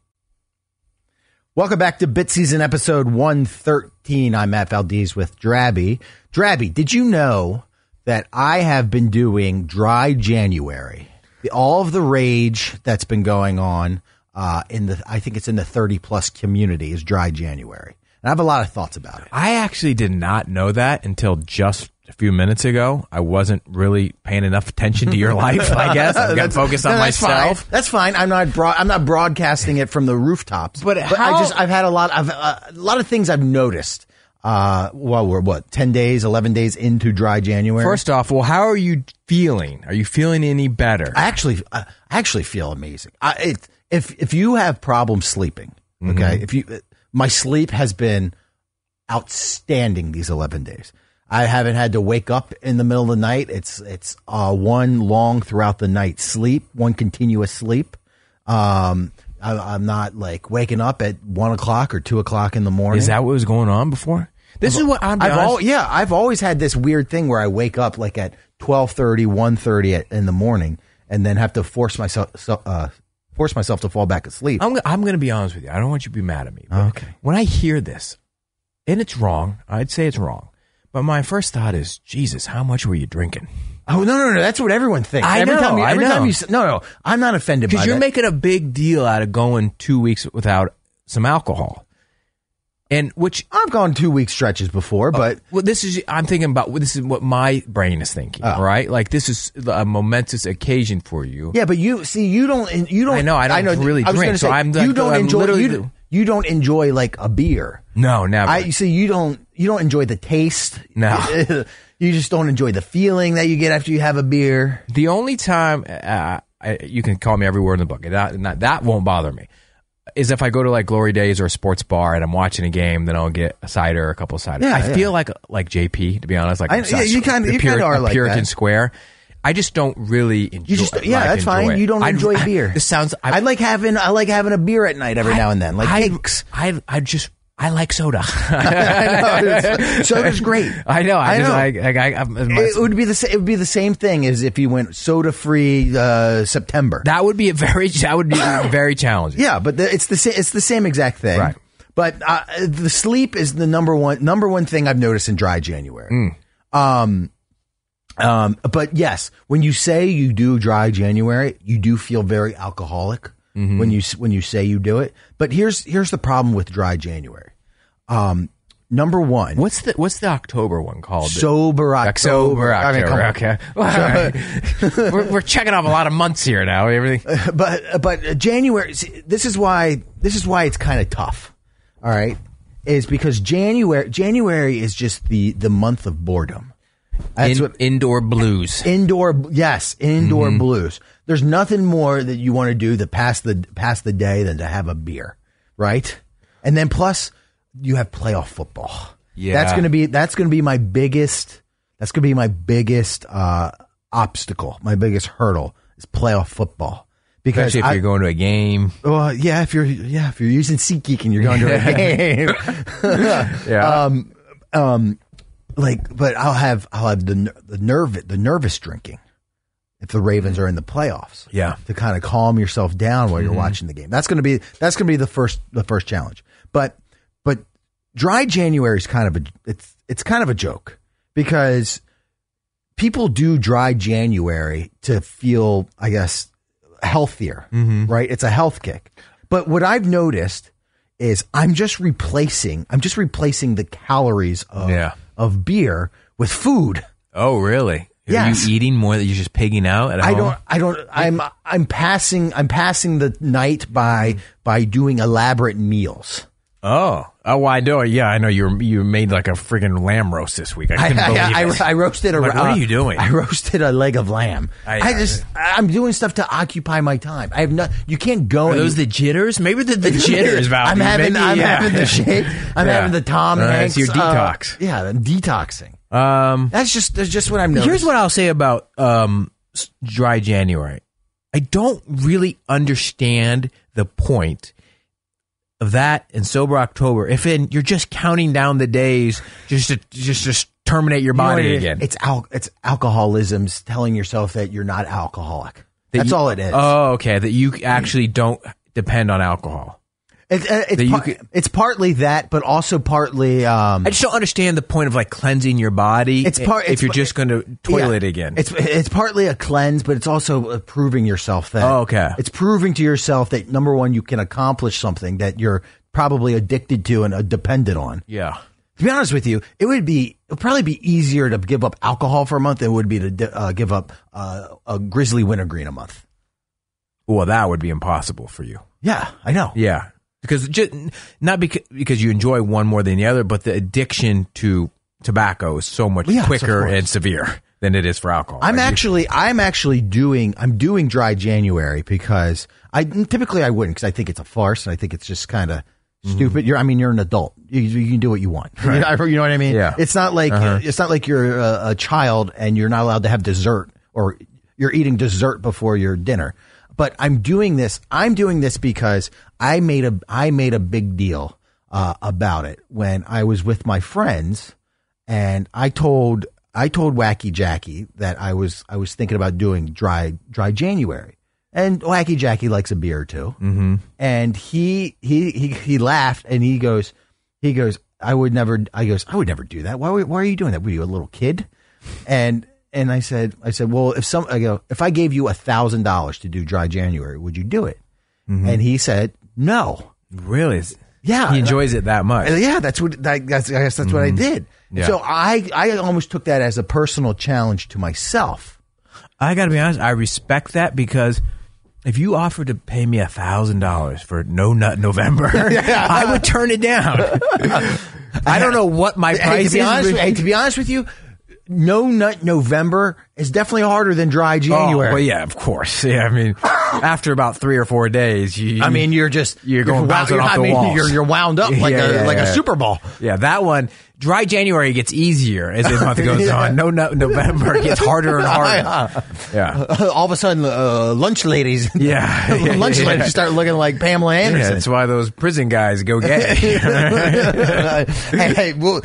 Welcome back to Bit Season episode 113. I'm Matt Valdez with Drabby. Drabby, did you know that I have been doing dry January? The- All of the rage that's been going on uh, in the, I think it's in the 30 plus community is dry January. And I have a lot of thoughts about it.
I actually did not know that until just a few minutes ago. I wasn't really paying enough attention to your life, I guess. I'm going to focus on
No, that's
myself.
Fine. That's fine. I'm not broad, I'm not broadcasting it from the rooftops.
But how-
I just I've had a lot of uh, a lot of things I've noticed. Uh, well, we're what ten days, eleven days into dry January.
First off, well, how are you feeling? Are you feeling any better?
I actually I actually feel amazing. I, it, if if you have problems sleeping,
Mm-hmm.
okay, if you my sleep has been outstanding these eleven days. I haven't had to wake up in the middle of the night. It's it's uh, one long throughout the night sleep, one continuous sleep. Um, I, I'm not like waking up at one o'clock or two o'clock in the morning.
Is that what was going on before? This is what I'm.
I've
honest-
al- yeah, I've always had this weird thing where I wake up like at 12:30, 1:30 at, in the morning and then have to force myself so, uh, force myself to fall back asleep.
I'm, I'm going to be honest with you. I don't want you to be mad at me. but
Okay.
When I hear this, and it's wrong, I'd say it's wrong. But my first thought is, Jesus, how much were you drinking?
oh no, no, no, that's what everyone thinks.
I
every
know,
time you,
I
every time
know.
you s- no, no, I'm not offended by
Because you're
that.
making a big deal out of going two weeks without some alcohol. and which uh,
I've gone two week stretches
Oh.
before, but
well, this is I'm thinking about this is what my brain is thinking,
Uh.
right? Like this is a momentous occasion for you.
yeah, but you see, you don't, you don't.
I know, I don't really
was
drink,
gonna
so I'm
you
like-
don't
I'm
enjoy.
literally
You,
the-
d- you don't enjoy like a beer.
No, never.
I you see, you don't, you don't enjoy the taste.
No.
you just don't enjoy the feeling that you get after you have a beer.
the only time uh, I, you can call me every word in the book, that not, that won't bother me. Is if I go to like Glory Days or a sports bar and I'm watching a game, then I'll get a cider, a couple of cider.
Yeah,
I
yeah.
feel like like JP to be honest, like
I-
I'm
yeah,
such
you kinda-
the
you kinda are
a
like
Puritan
that.
Square. I just don't really enjoy.
You just, yeah,
like,
that's
enjoy
fine.
it.
You don't
I'd-
enjoy beer.
This sounds.
I, like having, I like having a beer at night every now and then, like
I,
cakes.
I I just I like soda.
I know, it's- soda's great.
I know. I,
I
just
know.
I, I, I, I'm-
It would be the sa- it would be the same thing as if you went soda free uh, September.
that would be a very that would be very challenging.
yeah, but the, it's the sa- it's the same exact thing.
Right.
But uh, the sleep is the number one number one thing I've noticed in dry January.
Mm.
Um, um, but yes, when you say you do dry January, you do feel very alcoholic
Mm-hmm.
when you s- when you say you do it. But here's here's the problem with dry January. Um, number one,
What's the what's the October one called?
sober October?
Like sober
I mean,
October.
come on.
okay. All right. we're, we're checking off a lot of months here now. Everything.
but but January. see, This is why this is why it's kind of tough. All right, is because January January is just the the month of boredom. That's
In-
what
indoor blues. Mm-hmm.
indoor yes indoor blues. There's nothing more that you want to do to pass the pass the day than to have a beer, right? And then plus you have playoff football.
Yeah.
that's gonna be that's gonna be my biggest that's gonna be my biggest uh, obstacle, my biggest hurdle is playoff football. Because
Especially if
I-
you're going to a game.
well, yeah, if you're yeah, if you're using SeatGeek and you're going to a game, Um,
Yeah.
like, but I'll have I'll have the ner- the nerve the nervous drinking if the Ravens are in the playoffs.
Yeah. Mm-hmm.
to kind of calm yourself down while you're watching the game. That's gonna be that's gonna be the first the first challenge. But but dry January is kind of a it's it's kind of a joke because people do dry January to feel, I guess, healthier,
Mm-hmm.
right? It's a health kick. But what I've noticed is I'm just replacing, I'm just replacing the calories of,
Yeah.
of beer with food.
oh, really?
Yes.
Are you eating more that you're just pigging out at
I
home?
don't, I don't, I'm, I'm passing, I'm passing the night by, by doing elaborate meals.
Oh, oh, well, I know. Yeah, I know. You you made like a friggin' lamb roast this week. I
I,
couldn't believe
I,
it.
I, I roasted a.
Like, what
uh,
are you doing?
I roasted a leg of lamb.
I-
I,
I-
just, I'm doing stuff to occupy my time. I have not. You can't go.
Are
and-
those the jitters? Maybe the, the jitters, Val.
I'm having, I'm having the shake. I'm
Yeah.
having the Tom
Uh,
Hanks.
it's your
uh,
detox.
yeah, I'm detoxing.
Um,
That's just, that's just what I'm. Noticing.
Here's what I'll say about um, s- dry January. I don't really understand the point of that and sober October. If in you're just counting down the days, just to, just just terminate your
You know what
body
it is?
again.
It's al- it's alcoholism's telling yourself that you're not alcoholic.
That
That's
you-
all it is.
Oh, okay. That you actually don't depend on alcohol.
It's- uh,
that
it's,
you
par-
could-
it's partly that, but also partly. Um,
I just don't understand the point of like cleansing your body.
It's part-
if
it's
you're
par-
just going to toilet
Yeah.
again.
It's it's partly a cleanse, but it's also uh, proving yourself that.
Oh, okay.
It's proving to yourself that number one, you can accomplish something that you're probably addicted to and uh, dependent on.
yeah.
To be honest with you, it would be it would probably be easier to give up alcohol for a month than it would be to di- uh, give up uh, a grizzly wintergreen a month.
Well, that would be impossible for you.
Yeah, I know.
Yeah, because just not because because you enjoy one more than the other, but the addiction to tobacco is so much
Yes, of
quicker
course.
and severe than it is for alcohol.
I'm
Like, you-
actually I'm actually doing I'm doing dry January because I typically I wouldn't because I think it's a farce and I think it's just kind of
Mm-hmm.
stupid. You're I mean you're an adult. You, you can do what you want. you know what I mean?
Yeah.
It's not like it's not like you're a, a child and you're not allowed to have dessert or you're eating dessert before your dinner. But I'm doing this. I'm doing this because I made a I made a big deal uh, about it when I was with my friends and I told I told Wacky Jackie that I was I was thinking about doing dry dry January, and Wacky Jackie likes a beer or 2 mm-hmm. and he, he he he laughed and he goes he goes I would never I goes I would never do that why would- why are you doing that were you a little kid and and I said I said well if some I go if I gave you a thousand Mm-hmm. dollars to do dry January would you do it and he said no
really.
Yeah.
He enjoys it that much.
Uh, Yeah, that's what that, that's, I guess that's what I did.
Yeah.
So I I almost took that as a personal challenge to myself.
I got to be honest. I respect that because if you offered to pay me a thousand dollars for No Nut November, I would turn it down. I don't know what my
Hey,
price
to be
is.
honest,
but-
with, hey, to be honest with you, no nut November is definitely harder than dry January.
Oh, well, yeah, of course. Yeah, I mean, after about three or four days, you.
I mean, you're just
You're going bouncing off
I
the
mean,
walls.
You're, you're wound up like
Yeah,
a
yeah,
like
yeah.
a Super Bowl.
Yeah, that one. Dry January gets easier as the month goes
Yeah.
on. No, no, November gets harder and harder. Yeah.
All of a sudden, uh, lunch ladies,
Yeah. Yeah,
lunch
yeah, yeah.
ladies start looking like Pamela
Yeah,
Anderson.
that's why those prison guys go gay.
hey, hey, we'll,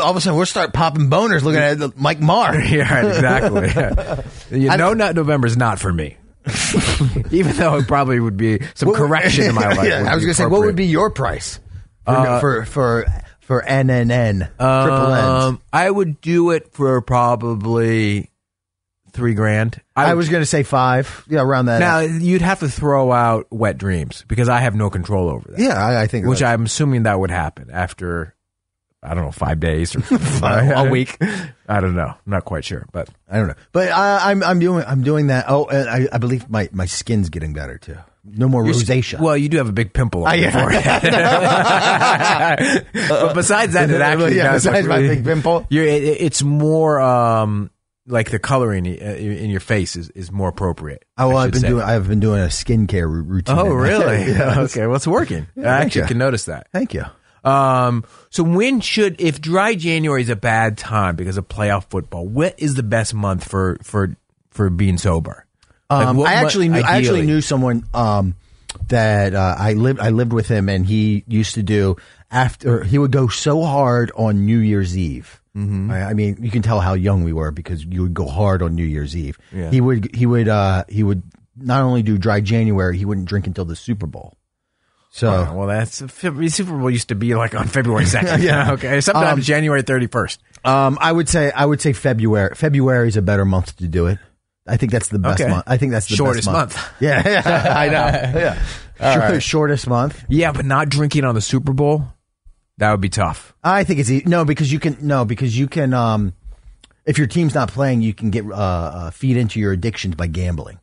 all of a sudden we'll start popping boners looking at Mike Marr.
yeah, exactly. Yeah. You know, not November's not for me. Even though it probably would be some correction in my life.
Yeah,
would
I was
be
going to say, what would
appropriate.
be your price for
Uh,
for, for for NNN triple N?
Um, I would do it for probably three grand.
I was going to say five. Yeah, around that.
now you'd have to throw out Wet Dreams because I have no control over that.
yeah, I, I think
which
that-
I'm assuming that would happen after I don't know five days or
A week.
I don't know. I'm not quite sure, but
I don't know, but I, I'm I'm doing I'm doing that. Oh, and I, I believe my my skin's getting better too. No more rosacea.
Well, you do have a big pimple on
I-
your forehead. but besides that, it actually
Yeah,
does look
besides my
really-
big pimple.
You're, it, it's more um, like the coloring i- in your face is, is more appropriate.
oh, well,
I
I've
should
been
say.
doing I've been doing a skincare ru- routine.
Oh, really?
Yes.
Okay, well, it's working. I actually
yeah.
can notice that.
Thank you.
Um, so when should if dry January is a bad time because of playoff football? What is the best month for for for being sober? Like,
Um,
what
I
month-
actually knew, I actually
ideally?
knew someone um, that uh, I lived I lived with him, and he used to do after he would go so hard on New Year's Eve. Mm-hmm. I, I mean, you can tell how young we were because you would go hard on New Year's Eve. He would he would uh, he would not only do dry January, he wouldn't drink until the Super Bowl. So
Oh, well, that's Super Bowl used to be like on February second. yeah, okay. Sometimes
Um,
January thirty first.
um, I would say I would say February February is a better month to do it. I think that's the best
Okay.
month. I think that's the
Shortest
best month.
month.
Yeah, yeah, I know. Yeah, Short- shortest month.
Yeah, but not drinking on the Super Bowl, that would be tough.
I think it's e- no because you can no because you can um if your team's not playing you can get uh, uh feed into your addictions by gambling.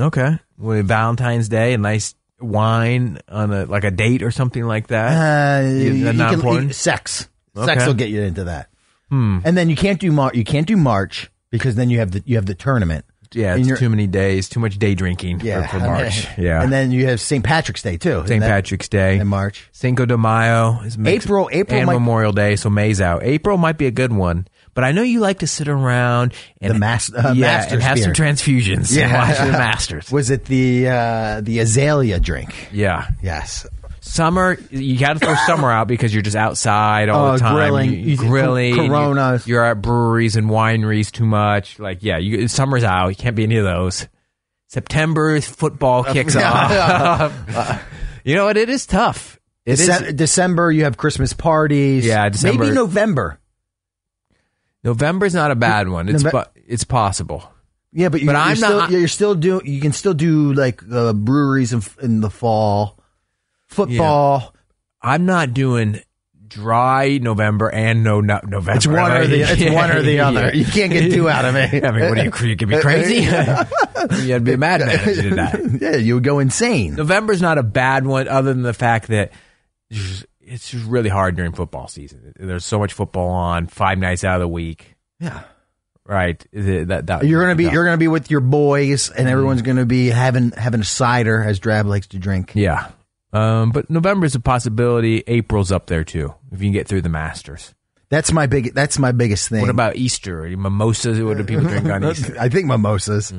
Okay, with Valentine's Day, a nice wine on a like a date or something like that.
Uh,
You-
you
not
can-
porn?
you- sex
Okay. Hmm.
sex will get you into that. And then you can't do Mar- you can't do March because then you have the you have the tournament.
yeah,
and
it's
you're-
too many days, too much day drinking
Yeah,
for, for March. Yeah,
And then you have St. Patrick's Day too. isn't
St.
that-
Patrick's Day
in March.
Cinco de Mayo is Mex-
April- April
and
might-
Memorial Day, so May's out. April might be a good one, but I know you like to sit around and
The mas- uh,
yeah,
Masters
and have some
beer.
transfusions, and watch the Masters.
Was it the uh the azalea drink?
yeah,
Yes.
summer you got to throw summer out because you're just outside all
Oh,
the time,
grilling.
You-
You-
grilling, you-
Coronas.
You're at breweries and wineries too much. Like, yeah, you, summer's out. You can't be any of those. September football
Uh,
kicks off. you know what? It is tough. It is
Dece- December you have Christmas parties.
Yeah, December-
Maybe November.
November's not a bad one. It's
Novem-
po- it's possible.
Yeah, but, you,
But
you're
I'm
still,
not-
You're still do. You can still do like uh, breweries in, in the fall, football.
I'm not doing dry November and no nut November.
It's one or the. It's
Yeah,
one or the other. You can't get two out of it.
I mean, what are you? You could be crazy. You'd be a madman if you did that.
yeah, you would go insane.
November's not a bad one, other than the fact that it's just really hard during football season. There's so much football on, five nights out of the week.
Yeah.
Right. Th- That, that,
You're gonna be.
that-
You're gonna be with your boys,
Mm-hmm.
and everyone's gonna be having having a cider, as Drab likes to drink.
Yeah. Um, but November's a possibility. April's up there too, if you can get through the Masters.
That's my big. That's my biggest thing.
What about Easter? Mimosas? What do people drink on Easter? Mm-hmm.
I think mimosas,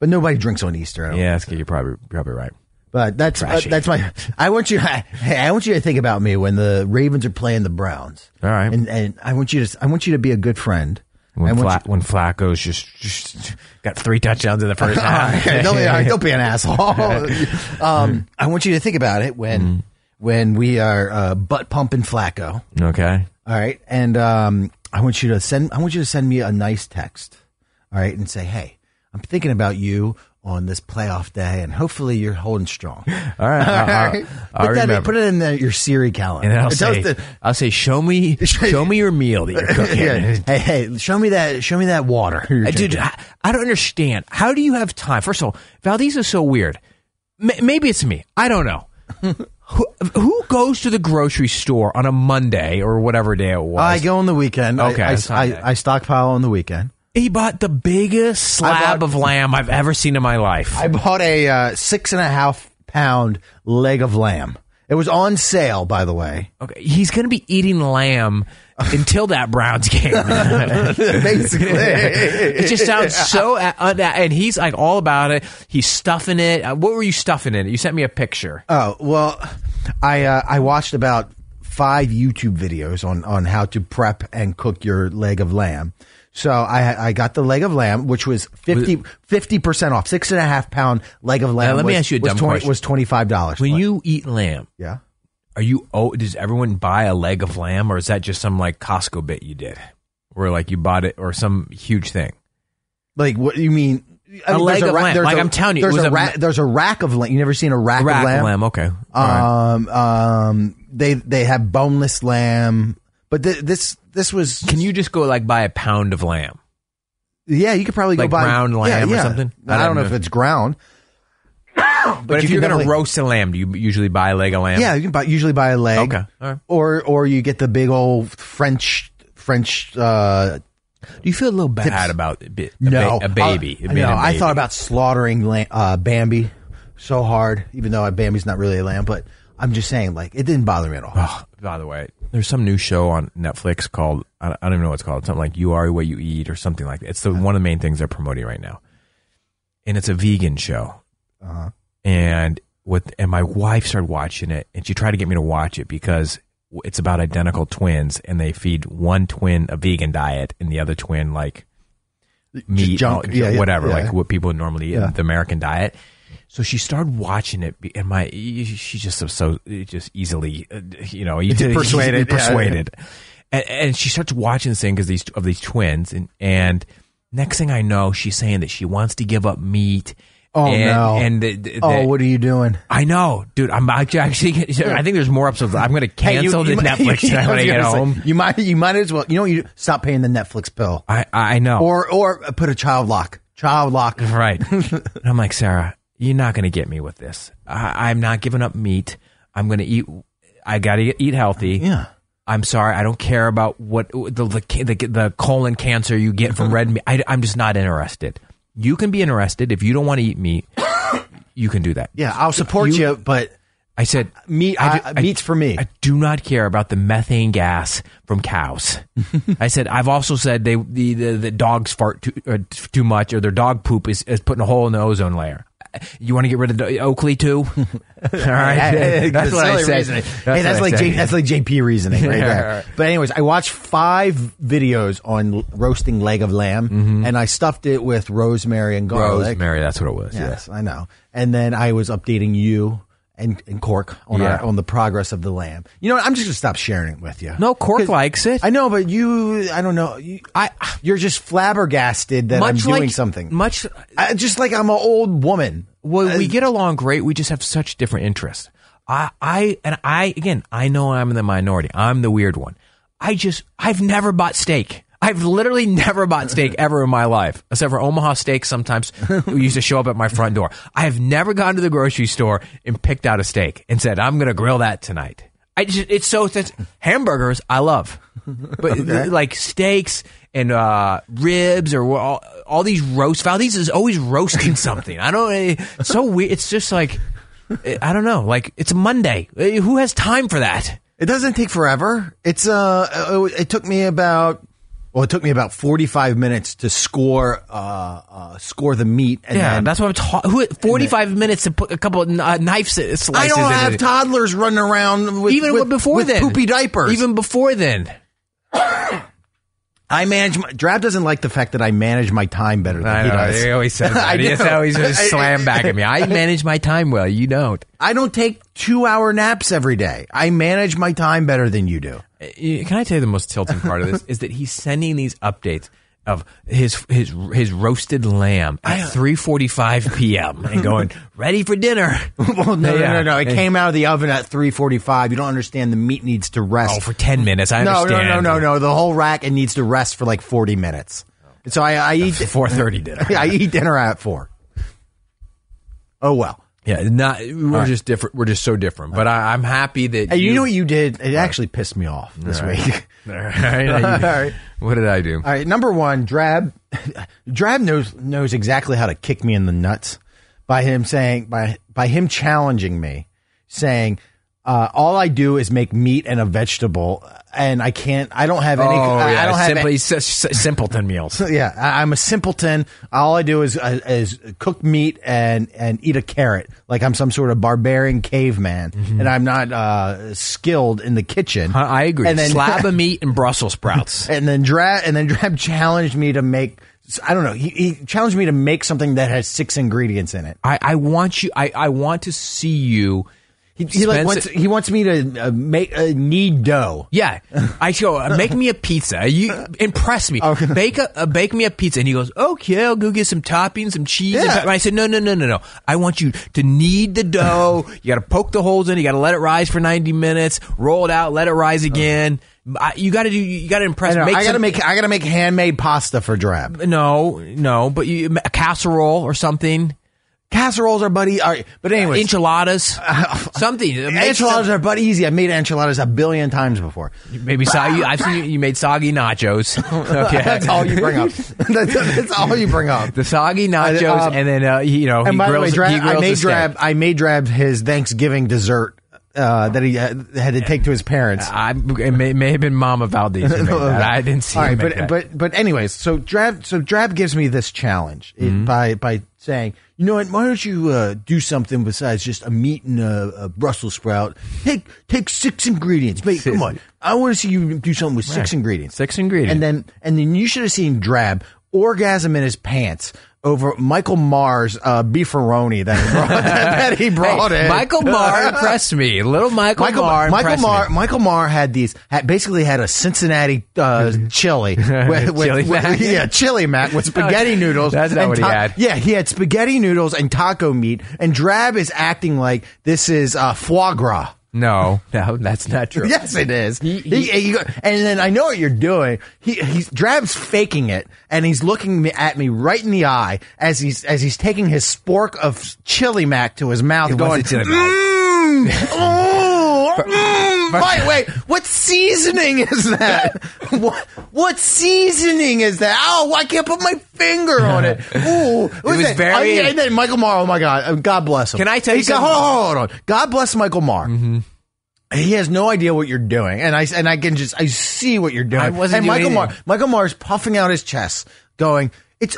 but nobody drinks on Easter. I don't
Yeah, that's good. You're probably probably right.
But that's uh,
Trashy.
that's my. I want you. I, I want you to think about me when the Ravens are playing the Browns.
All right.
And and I want you to. I want you to be a good friend. I
When,
want
Fla- when Flacco's just, just got three touchdowns in the first half.
you, don't, be, all right, don't be an asshole. um, I want you to think about it when
Mm-hmm.
when we are uh, butt pumping Flacco.
okay.
All right, and um, I want you to send. I want you to send me a nice text. All right, and say, hey, I'm thinking about you on this playoff day, and hopefully you're holding strong.
All right. I,
Put,
Uh-huh. I, I
that,
remember.
put it in the, your Siri calendar.
and then I'll
It tells
say,
the-
I'll say, show me, show me your meal that you're cooking.
yeah. Hey, hey, show me that. Show me that water. you're
Uh, Dude,
drinking.
I, I don't understand. How do you have time? First of all, Valdez is so weird. M- maybe it's me. I don't know. who, who goes to the grocery store on a Monday or whatever day it was?
I go on the weekend.
Okay,
I, I,
that's not
I-
bad.
I stockpile on the weekend.
he bought the biggest slab
bought-
of lamb I've ever seen in my life.
I bought a uh, six and a half pound leg of lamb. It was on sale, by the way.
okay, he's going to be eating lamb until that Browns game.
Basically,
it just sounds so. Uh, uh, and he's like all about it. He's stuffing it. Uh, what were you stuffing in it? You sent me a picture.
Oh well, I uh, I watched about five YouTube videos on on how to prep and cook your leg of lamb. So I I got the leg of lamb, which was 50 percent off, six and a half pound leg of lamb.
let me
was-
ask you a
was
dumb
20
question.
Was twenty five dollars
When you eat lamb,
yeah.
Are you? Oh, does everyone buy a leg of lamb, or is that just some like Costco bit you did, where like you bought it, or some huge thing?
Like what do you mean?
A
I mean, there's
leg of
ra-
lamb.
there's
Like, I'm telling you, it
there's
was
a,
a-
ra- there's a rack of lamb. You never seen a rack,
Rack
of lamb?
okay. All right.
Um, um, they they have boneless lamb, but th- this this was
Can you just go like buy a pound of lamb?
yeah you could probably
like
go buy
ground
yeah,
lamb or
yeah.
something?
I don't,
I don't
know
know.
if it's ground, but,
But, if
you
you are
can
gonna
definitely-
roast a lamb, do you usually buy a leg of lamb?
yeah, you can buy, usually buy a leg,
Okay. All right.
or or you get the big old French French. Uh,
Do you feel a little bad about a, bit, a, ba-
no,
a baby?
I,
It made
no,
a
I
baby.
thought about slaughtering lamb, uh, Bambi so hard, even though Bambi's not really a lamb, but I'm just saying, like it didn't bother me at all.
Oh, by the way, there's some new show on Netflix called I don't, I don't even know what it's called. It's something like "You Are What You Eat" or something like that. It's the one of the main things they're promoting right now, and it's a vegan show.
Uh-huh.
And what? And my wife started watching it, and she tried to get me to watch it because it's about identical twins, and they feed one twin a vegan diet and the other twin like meat,
junk.
all-
Yeah, yeah,
whatever,
yeah.
like what people normally eat
Yeah.
in the American diet. So she started watching it, be- and my she just was so just easily, uh, you know, easily
Persuaded, yeah.
persuaded. And, and she starts watching this thing because these of these twins, and and next thing I know, she's saying that she wants to give up meat.
Oh,
and,
no.
And the, the-
Oh,
the-
what are you doing?
I know, dude. I'm actually. I think there's more episodes. I'm going to
Hey, you-
cancel
you
the
might-
Netflix
I
when
was
I get
gonna say,
home.
You might you might as well you know what you do? stop paying the Netflix bill.
I I know.
Or or put a child lock. Child lock.
Right. and I'm like, Sarah, you're not going to get me with this. I, I'm not giving up meat. I'm going to eat. I got to eat healthy.
Yeah.
I'm sorry. I don't care about what the the, ca- the, the colon cancer you get from red meat. I, am just not interested. You can be interested if you don't want to eat meat. You can do that.
Yeah, I'll support you, but
I said
meat
I
I,
do-
meat's for me.
I do not care about the methane gas from cows. I said I've also said they the, the, the dogs fart too uh, too much or their dog poop is, is putting a hole in the ozone layer. You want to get rid of the- Oakley too? All right, that's what I
Silly
said.
reasoning. hey, that's
what I
like J,
said.
that's like JP reasoning right there. But anyways, I watched five videos on l- roasting leg of lamb, and I stuffed it with rosemary and garlic.
Mm-hmm. Rosemary. That's what it was.
Yes, I know. And then I was updating you and, and Cork on
Yeah.
our, on the progress of the lamb. You know, what? I'm just gonna stop sharing it with you.
No, Cork
'Cause-
likes it.
I know, but you, I don't know. You, I, you're just flabbergasted that I'm
much
doing
like
something.
Much.
I, just like I'm an old woman.
Well, we get along great. We just have such different interests. I, I, and I, again, I know I'm in the minority. I'm the weird one. I just, I've never bought steak. I've literally never bought steak ever in my life, except for Omaha Steaks. Sometimes who used to show up at my front door. I have never gone to the grocery store and picked out a steak and said, "I'm going to grill that tonight." I just, it's so that's hamburgers I love, but like steaks and uh, ribs or all, all these roast. Valdez is always roasting something. I don't. eh, It's so weird. It's just like eh, I don't know. Like it's Monday. Eh, Who has time for that?
It doesn't take forever. It's uh, it, it took me about. Well, it took me about forty-five minutes to score, uh, uh, score the meat, and
Yeah,
then
that's what I'm talking. Forty-five minutes to put a couple of uh, knife s- slices.
I don't
in
have
it.
toddlers running around with,
Even
with-
before
with
then,
poopy diapers.
Even before then,
I manage. My, Drab doesn't like the fact that I manage my time better than
I
he
know,
does.
he always says
I
that. He
know.
always
I-
just slam back at me. I manage my time well. You don't.
I don't take two-hour naps every day. I manage my time better than you do.
Eh, Uh, Can I tell you the most tilting part of this is that he's sending these updates, of his his his roasted lamb
uh,
at three forty five p.m. and going ready for dinner.
Well, no,
Yeah.
no, no, no. It came out of the oven at 345. You don't understand. The meat needs to rest.
Oh, for ten minutes. I
no, no,
understand.
no, no, no. The whole rack, it needs to rest for like 40 minutes. So I, I eat
Four thirty dinner.
I eat dinner at 4. Oh, well.
Yeah, not we're
right.
just different. We're just so different. But I, I'm happy that
Hey, you, know what you did? It actually pissed me off this week.
All right, I-
All right.
What did I do?
All right, number one, Drab. Drab knows knows exactly how to kick me in the nuts by him saying by by him challenging me, saying, uh, "All I do is make meat and a vegetable, and I can't. I don't have any. I, I don't have
Oh, simply s- s- simpleton meals.
any, yeah. I, I'm a simpleton. All I do is uh, is cook meat and and eat a carrot, like I'm some sort of barbarian caveman, and I'm not uh, skilled in the kitchen.
I- I agree.
And then-
Slab of meat and Brussels sprouts.
and then Drab and then Drab challenged me to make. I don't know. He, he challenged me to make something that has six ingredients in it.
I, I want you. I, I want to see you.
He, he, like
Spence-
wants, he wants me to uh, make uh, knead dough.
Yeah, I go. uh, Make me a pizza. You impress me. Bake a uh, bake me a pizza. And he goes, okay, I'll go get some toppings, some cheese. and
Yeah.
pepper." I said, no, no, no, no, no. I want you to knead the dough. you got to poke the holes in. You got to let it rise for ninety minutes. Roll it out. Let it rise again. I, you got to do. You got to
I,
impress.
know, I gotta
some-
make I gotta make handmade pasta for Drab.
No, no, but you a casserole or something.
Casseroles are buddy. Are, but anyway,
enchiladas, something. Make
enchiladas are but easy. I made enchiladas a billion times before.
some- maybe soggy. I've seen you, you made soggy nachos. Okay,
that's all you bring up. that's, that's all you bring up.
The soggy nachos,
um,
and then uh, you know, he
and by
grills,
the way, Drab,
he grills
I
the
made
steak.
Drab. I made Drab his Thanksgiving dessert uh, that he had, had to take to his parents.
I it may, may have been Mama Valdez. Who made that. I didn't see.
All right,
him make
but
that.
but but anyways, so Drab so Drab gives me this challenge it-
Mm-hmm.
by by saying, you know what? Why don't you uh, do something besides just a meat and a, a Brussels sprout? Take take six ingredients. Wait, come on, I want to see you do something with six ingredients.
Six ingredients.
and then and then you should have seen Drab orgasm in his pants over Michael Mars uh, beefaroni that he brought, that he brought
Hey,
in.
Michael Marr impressed me. Little Michael,
Michael
Marr.
Michael
impressed
Marr
me.
Michael Marr had these had basically had a Cincinnati uh, chili with, with-
Chili
with-
mac?
yeah chili mac with spaghetti noodles
That's not
and
what he had.
yeah he had spaghetti noodles and taco meat and Drab is acting like this is uh, foie gras
No, no, that's not true.
yes it is He- he go- and then I know what you're doing he he's Drab's faking it and he's looking me- at me right in the eye as he's as he's taking his spork of chili mac to his mouth going
wasn't chili mac.
"Mm, oh, mm." Wait, wait. What seasoning is that? What, what seasoning is that? Oh, I can't put my finger on it. Ooh, it
was very-
Oh, and then Michael Marr. Oh my God. Uh, God bless him.
Can I tell you
He's got-
something?
Hold on, hold on. God bless Michael Marr. He has no idea what you're doing, and I and I can just I see what you're doing.
I wasn't
and
doing
Michael Marr,
anything.
Michael Marr's puffing out his chest, going, "It's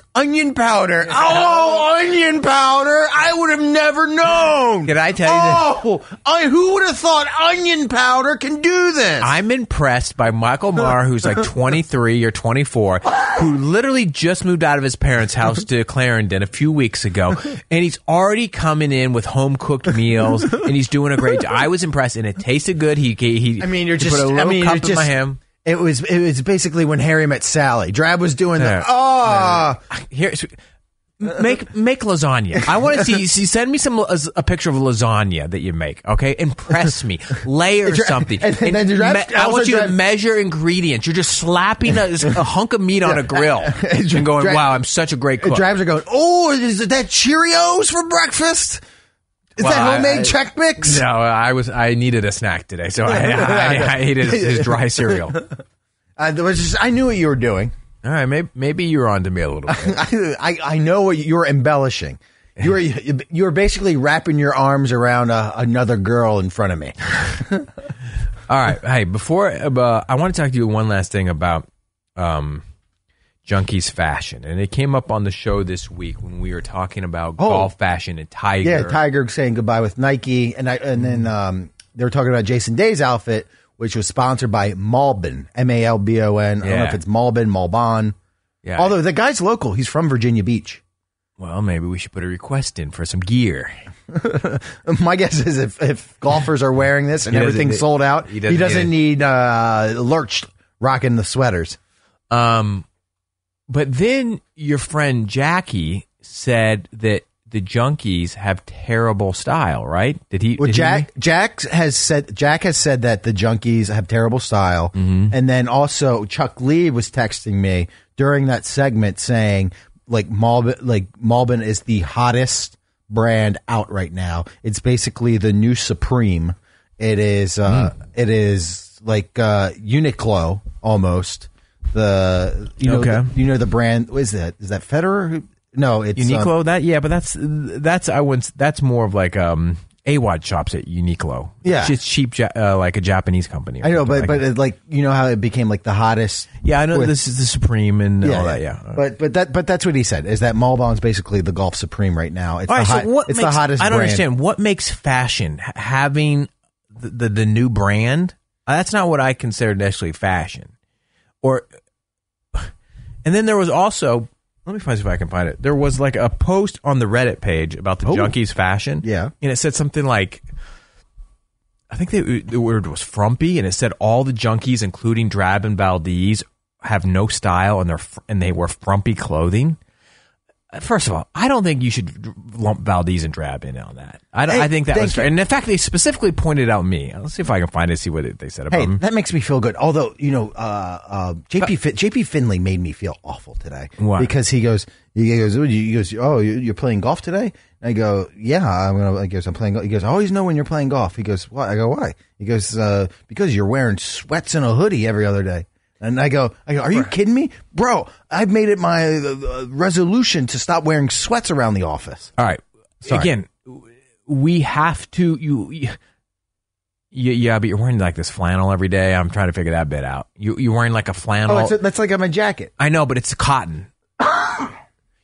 onion powder." oh, onion powder! I would have never known.
Did I tell you that-
Oh, I, who would have thought onion powder can do this?
I'm impressed by Michael Marr, who's like 23 or 24, who literally just moved out of his parents' house to Clarendon a few weeks ago, and he's already coming in with home cooked meals, and he's doing a great job. I was impressed, and it tasted good. He he.
I mean, you're
he
just.
put a little
I mean,
cup
you're just.
in my ham.
It was. It was basically when Harry met Sally. Drab was doing
Yeah.
the. Oh,
Here, make make lasagna. I want to see, see. Send me some las- a picture of lasagna that you make. Okay, impress me. Layer
Dra-
something.
and then Dra-
I
also
want you
Dra-
to measure ingredients. You're just slapping a, a hunk of meat on a grill and going,
Dra-
"Wow, I'm such a great cook."
Drabs are going, oh, is that Cheerios for breakfast? Is
Well,
that
I-
homemade
I-
check mix?
no, I was I needed a snack today, so I, I, I, ate his, his dry cereal. All
I, Uh, there was just, I knew what you were doing.
right, maybe maybe you're onto me a little bit.
I, I, I know what you were embellishing. You were you were basically wrapping your arms around a, another girl in front of me.
All right, hey, before uh, I want to talk to you one last thing about um, junkies fashion, and it came up on the show this week when we were talking about
Oh.
golf fashion and Tiger.
Yeah, Tiger saying goodbye with Nike, and I and then um, they were talking about Jason Day's outfit, which was sponsored by Malbon, M A L B O N. I don't know
Yeah.
if it's Malbon, Malbon.
Yeah.
Although the guy's local, he's from Virginia Beach.
well, maybe we should put a request in for some gear.
My guess is if, if golfers are wearing this and
He doesn't
everything's
need-
sold out, he
he
doesn't,
doesn't
need, uh, lurched rocking the sweaters.
Um, But then your friend Jackie said that the junkies have terrible style, right? Did he?
Well,
did he-
Jack Jack has said Jack has said that the junkies have terrible style,
Mm-hmm.
and then also Chuck Lee was texting me during that segment saying like Malbin like Malbin is the hottest brand out right now. It's basically the new Supreme. It is uh,
Hmm.
it is like uh, Uniqlo almost. The you know
Okay.
the, you know the brand what is that is that Federer? Who- No, it's um,
Uniqlo. that yeah, but that's that's I wouldn't. That's more of like um. Awad shops at Uniqlo.
Yeah.
it's just cheap, Ja- uh, like a Japanese company. or
I know,
something
but
like
but
that.
it, like you know how it became like the hottest.
yeah, I know
with-
this is the Supreme and all that. Yeah,
But but that but that's what he said is that Malbon's basically the golf supreme right now. It's
All
the
right,
hot,
so what
it's
makes,
the hottest.
I don't
brand.
understand what makes fashion h- having the the, the new brand. Uh, That's not what I consider necessarily fashion. Or and then there was also let me find see if I can find it. There was like a post on the Reddit page about the
Oh.
junkies fashion.
Yeah.
and it said something like. I think they, the word was frumpy, and it said all the junkies, including Drab and Valdez, have no style, and they're fr- and they wear frumpy clothing. First of all, I don't think you should lump Valdez and Drab in on that. I, don't-
Hey,
I think that
thank
was fair.
you.
And in fact, they specifically pointed out me. Let's see if I can find it, see what it, they said about
Hey,
him.
that makes me feel good. Although you know, uh, uh, JP fin- JP Finley made me feel awful today
Why?
because he goes he goes "Oh, you- he goes oh you- you're playing golf today. And I go yeah I'm gonna I goes I'm playing. golf. He goes I always know when you're playing golf. He goes why I go why he goes uh, because you're wearing sweats and a hoodie every other day. And I go, I go, are you kidding me, bro? I've made it my uh, uh, resolution to stop wearing sweats around the office.
All right.
Sorry.
Again, w- we have to you, you yeah, yeah, but you're wearing like this flannel every day. I'm trying to figure that bit out. You you're wearing like a flannel.
Oh, that's, that's like on my jacket.
I know, but it's cotton.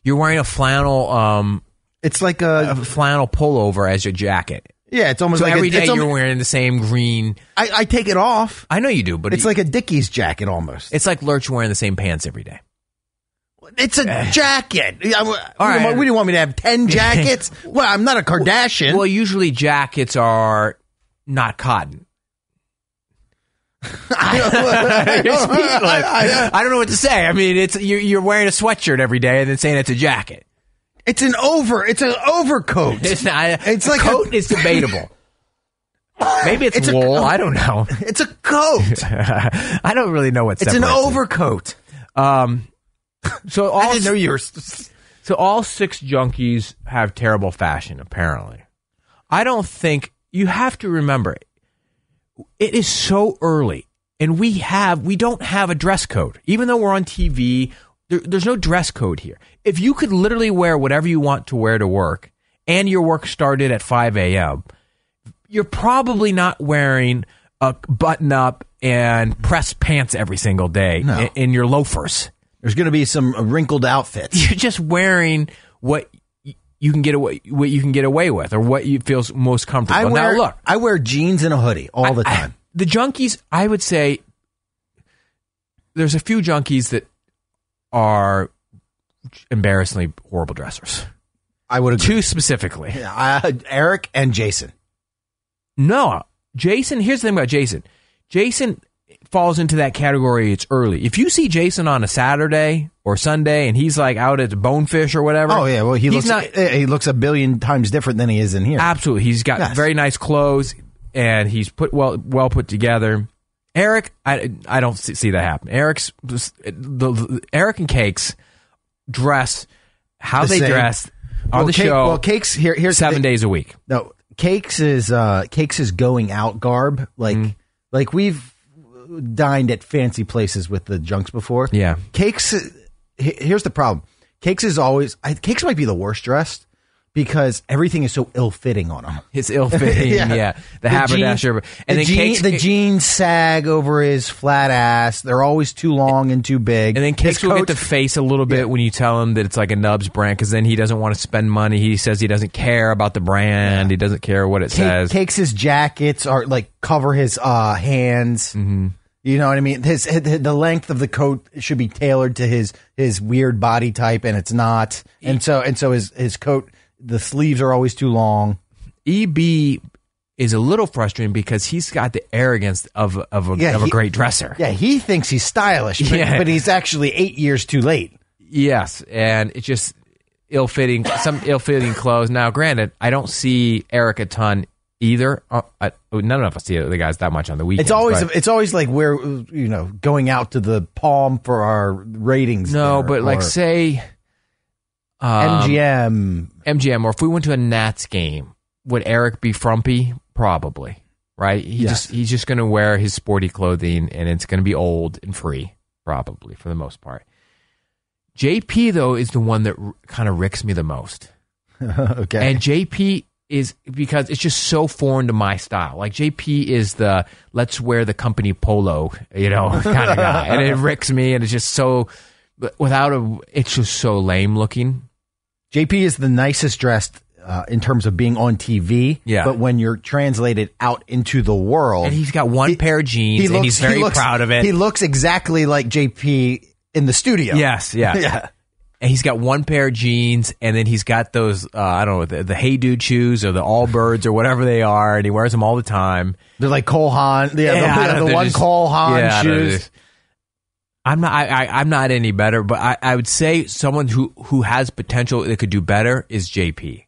you're wearing a flannel um
It's like
a
a
flannel pullover as your jacket.
yeah. Uh, It's almost
Uh, So
like
every
a,
day
it's
you're
almo-
wearing the same green.
I, I take it off.
I know you do, but
It's
it-
like a Dickies jacket almost.
it's like Lurch wearing the same pants every day.
It's a jacket. I- I- you
right.
know, what do you Eh. want me to have ten jackets? well, I'm not a Kardashian.
Well, usually jackets are not cotton.
I,
You're speechless. I, don't know what to say. I mean, it's you're, you're wearing a sweatshirt every day and then saying it's a jacket.
it's an over. It's an overcoat.
It's not.
It's
a
like a-
coat is debatable. Maybe it's,
It's a
wool.
coat.
I I don't know.
It's a coat.
I don't really know what.
it's an
separates it.
overcoat.
Um, so all
I didn't know you were.
So all six junkies have terrible fashion, apparently. I don't think you have to remember it is so early, and we have we don't have a dress code. Even though we're on TV, there, there's no dress code here. If you could literally wear whatever you want to wear to work, and your work started at 5 a.m., you're probably not wearing a button up and press pants every single day
No.
in, in your loafers
There's going to be some wrinkled outfits.
you're just wearing what y- you can get away what you can get away with or what you feels most comfortable.
I wear.
now look,
I wear jeans and a hoodie all the
I- I-
time.
the junkies, I would say there's a few junkies that are embarrassingly horrible dressers.
I, would agree.
Two specifically.
Uh, Eric and Jason.
No, Jason. Here's the thing about Jason. Jason falls into that category. It's early. If you see Jason on a Saturday or Sunday, and he's like out at Bonefish or whatever.
Oh yeah. Well, he
he's
looks.
not. Uh,
eh, he looks a billion times different than he is in here.
Absolutely, he's got
Yes.
very nice clothes, and he's put well well put together. Eric, I I don't see, see that happen. Eric's the, the- Eric and Cakes dress how
The
they
same.
dress on
Well,
the
Cake-
show.
well, Cakes- here- here's the
seven
thing.
days a week.
No, cakes is uh cakes is going out garb. Like
Mm.
like we've dined at fancy places with the junks before.
Yeah.
cakes. he- Here's the problem. Cakes is always. I, cakes might be the worst dressed because everything is so ill fitting on him.
His ill fitting, yeah. the, haberdasher,
and
then
the, jean,
Cakes-
the jeans sag over his flat ass. They're always too long and too big.
And then
His
Cakes will get
coat-
the face a little bit when you tell him that it's like a Nubs brand because then he doesn't want to spend money. He says he doesn't care about the brand. He doesn't care what it
Take-
says.
takes his jackets or like cover his uh, hands.
Mm-hmm.
You know what I mean? His, his the length of the coat should be tailored to his his weird body type, and it's not. And so and so his his coat the sleeves are always too long.
EB E is a little frustrating because he's got the arrogance of of a,
Yeah,
of a
he-
great dresser.
Yeah, he thinks he's stylish, but,
Yeah.
but he's actually eight years too late.
Yes, and it's just ill fitting some ill fitting clothes. Now, granted, I don't see Eric a ton either. Uh, I, none of us see the guys that much on the weekend.
It's always
but-
it's always like we're you know going out to the Palm for our ratings.
no,
there,
but like
or
say um,
MGM.
MGM, or if we went to a Nats game, would Eric be frumpy? Probably, right? He
Yes.
just he's just going to wear his sporty clothing, and it's going to be old and free, probably for the most part. JP though is the one that r- kind of ricks me the most.
okay,
And JP is because it's just so foreign to my style. Like JP is the let's wear the company polo, you know, kind of guy, and it ricks me, and it's just so but without a. It's just so lame looking.
JP is the nicest dressed. Uh, in terms of being on TV,
Yeah.
But when you're translated out into the world,
And he's got one
He-
pair of jeans, and he's very
looks-
proud of it.
He looks exactly like JP in the studio.
yes, yes.
yeah.
And he's got one pair of jeans, and then he's got those uh, I don't know the, the Hey Dude shoes or the Allbirds or whatever they are, and he wears them all the time.
They're like Cole Haan.
Yeah,
Yeah,
I
the-
don't
the,
know, they're
one
just-
Cole Haan
yeah, I don't know,
shoes.
just- I'm not. I, I, I'm not any better, but I, I would say someone who who has potential that could do better is JP,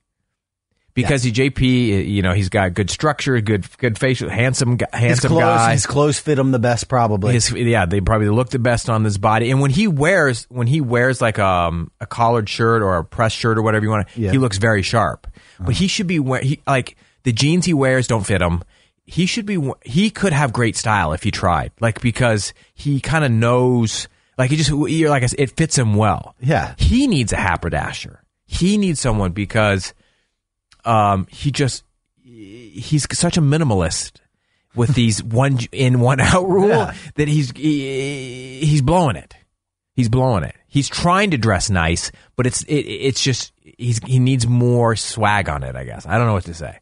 because he JP, you know, he's got good structure, good good facial, handsome, gu-
His
handsome
clothes,
guy.
his clothes fit him the best, probably.
His- yeah, they probably look the best on this body. And when he wears when he wears like um, a collared shirt or a press shirt or whatever you want,
Yeah. Uh-huh.
he looks very sharp. But he should be wear he like the jeans he wears don't fit him. He should be we- he could have great style if he tried. Like because he kind of knows like he just you're like I s- it fits him well.
Yeah.
He needs a haberdasher. He needs someone because um he just he's such a minimalist with these one in one out rule
Yeah.
that he's he, he's blowing it. He's blowing it. He's trying to dress nice, but it's it, it's just he's he needs more swag on it. I guess I don't know what to say.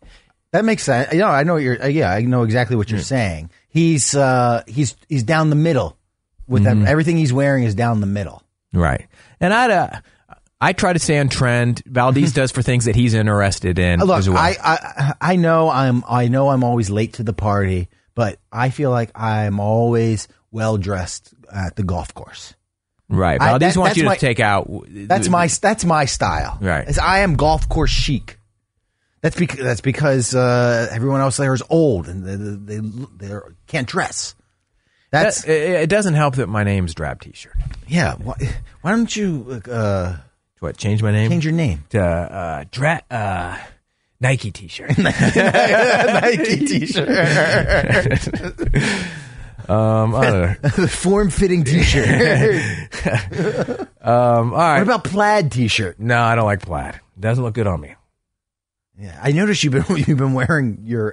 that makes sense. You know, I know what you're. uh, Yeah, I know exactly
Hmm.
what you're saying. He's uh, he's he's down the middle with
Mm-hmm.
that. Everything he's wearing is down the middle.
Right. And I uh, I try to stay on trend. Valdez does for things that he's interested in.
Look,
as well.
I, I I know I'm I know I'm always late to the party, but I feel like I'm always well dressed at the golf course.
right.
I-
Valdez
that-
wants you to
that's my-
take out.
That's my that's my style.
Right.
Is I am golf course chic. That's because that's because uh, everyone else there is old and they they, they they can't dress. That's
That, it, it doesn't help that my name's Drab T-shirt.
yeah. Why, why don't you uh,
What? Change my name?
change your name?
to uh, dra- uh, Nike T-shirt.
Nike T-shirt,
Um, I don't know.
form-fitting T-shirt.
Um, all right.
what about plaid T-shirt?
no, I don't like plaid. Doesn't look good on me.
Yeah, I noticed you've been you've been wearing your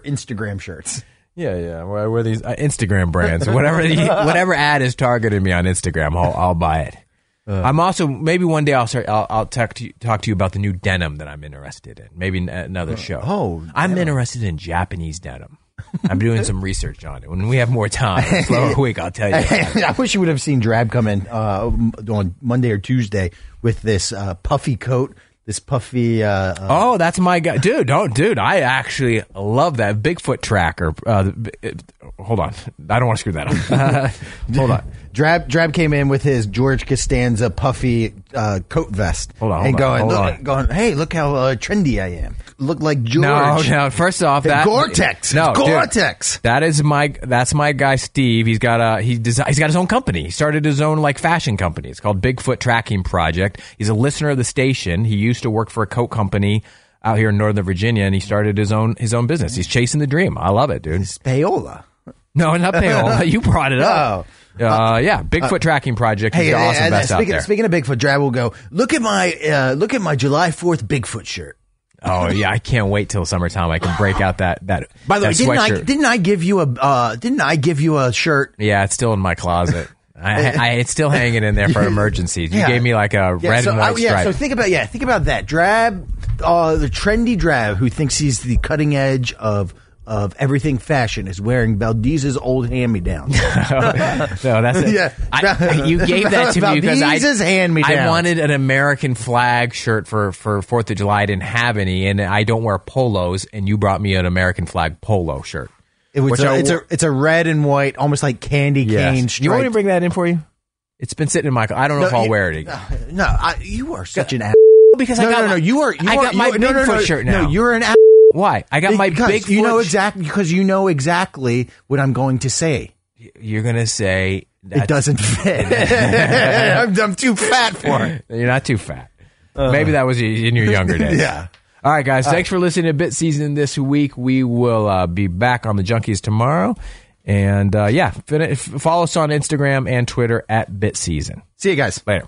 Instagram shirts.
Yeah, yeah. Where, where these uh, Instagram brands, whatever the, whatever ad is targeting me on Instagram, I'll, I'll buy it. I'm also maybe one day I'll start, I'll, I'll talk to you, talk to you about the new denim that I'm interested in. Maybe n- another show.
oh,
I'm interested in Japanese denim. I'm doing some research on it. When we have more time, in a slower week, I'll tell you. about it.
I wish you would have seen Drab come in uh, on Monday or Tuesday with this uh, puffy coat, this puffy. Uh, uh,
Oh, that's my guy, dude. Don't, dude. I actually love that Bigfoot tracker. Uh, the- it- hold on, I don't want to screw that up. hold on,
Drab Drab came in with his George Costanza puffy uh, coat vest.
Hold on, hold
and
on,
going,
hold
look,
on.
going, hey, look how uh, trendy I am. Look like George.
no, no. First off,
The
that
Gore-Tex.
No, dude.
Gore-Tex.
that is my that's my guy Steve. He's got a he desi- he's got his own company. He started his own like fashion company. It's called Bigfoot Tracking Project. He's a listener of the station. He used to work for a coat company out here in Northern Virginia, and he started his own his own business. He's chasing the dream. I love it, dude.
Payola.
No, not payola. you brought it up.
Oh.
Uh, yeah, Bigfoot Tracking Project is the awesome
and- and
best out
uh, speaking,
there.
speaking of Bigfoot, Drab will go. Look at my uh, look at my July Fourth Bigfoot shirt.
oh yeah, I can't wait till summertime. I can break out that that.
By the way,
that
didn't I
sweatshirt.
didn't I give you a uh, didn't I give you a shirt?
Yeah, it's still in my closet. I, I, it's still hanging in there for emergencies. You
Yeah.
gave me like a
Yeah,
red
so
and
I-
white
yeah,
stripe.
so think about yeah, think about that. Drab, uh, the trendy Drab who thinks he's the cutting edge of of everything fashion is wearing Valdez's old hand me down.
no, that's it.
Yeah.
I, I- you gave that to me
About
because I
these is hand-me-downs.
I wanted an American flag shirt for for Fourth of July. I didn't have any, and I don't wear polos. And you brought me an American flag polo shirt.
it was
Which
a,
I
it's a
wo-
it's a red and white, almost like candy cane.
You want me to
striped-
bring that in for you? It's been sitting in my. I don't know if I'll
you-
wear it again.
No, I, you are such an ass.
because
No,
I got
no,
my-
no. You are. You
I
are,
got
you
my
are- no, no,
Bigfoot
no,
shirt
No,
now.
you're an ass.
Why? I got my
Because
big.
You know exactly because you know exactly what I'm going to say.
You're gonna say
It doesn't fit. I'm, I'm too fat for it.
You're not too fat. Maybe that was y- in your younger days.
Uh-huh. Yeah.
All right, guys. Thanks for listening to Bit Season this week. We will uh, be back on the Junkies tomorrow, and uh, yeah, fin- f- follow us on Instagram and Twitter at Bit Season.
See you guys.
Later.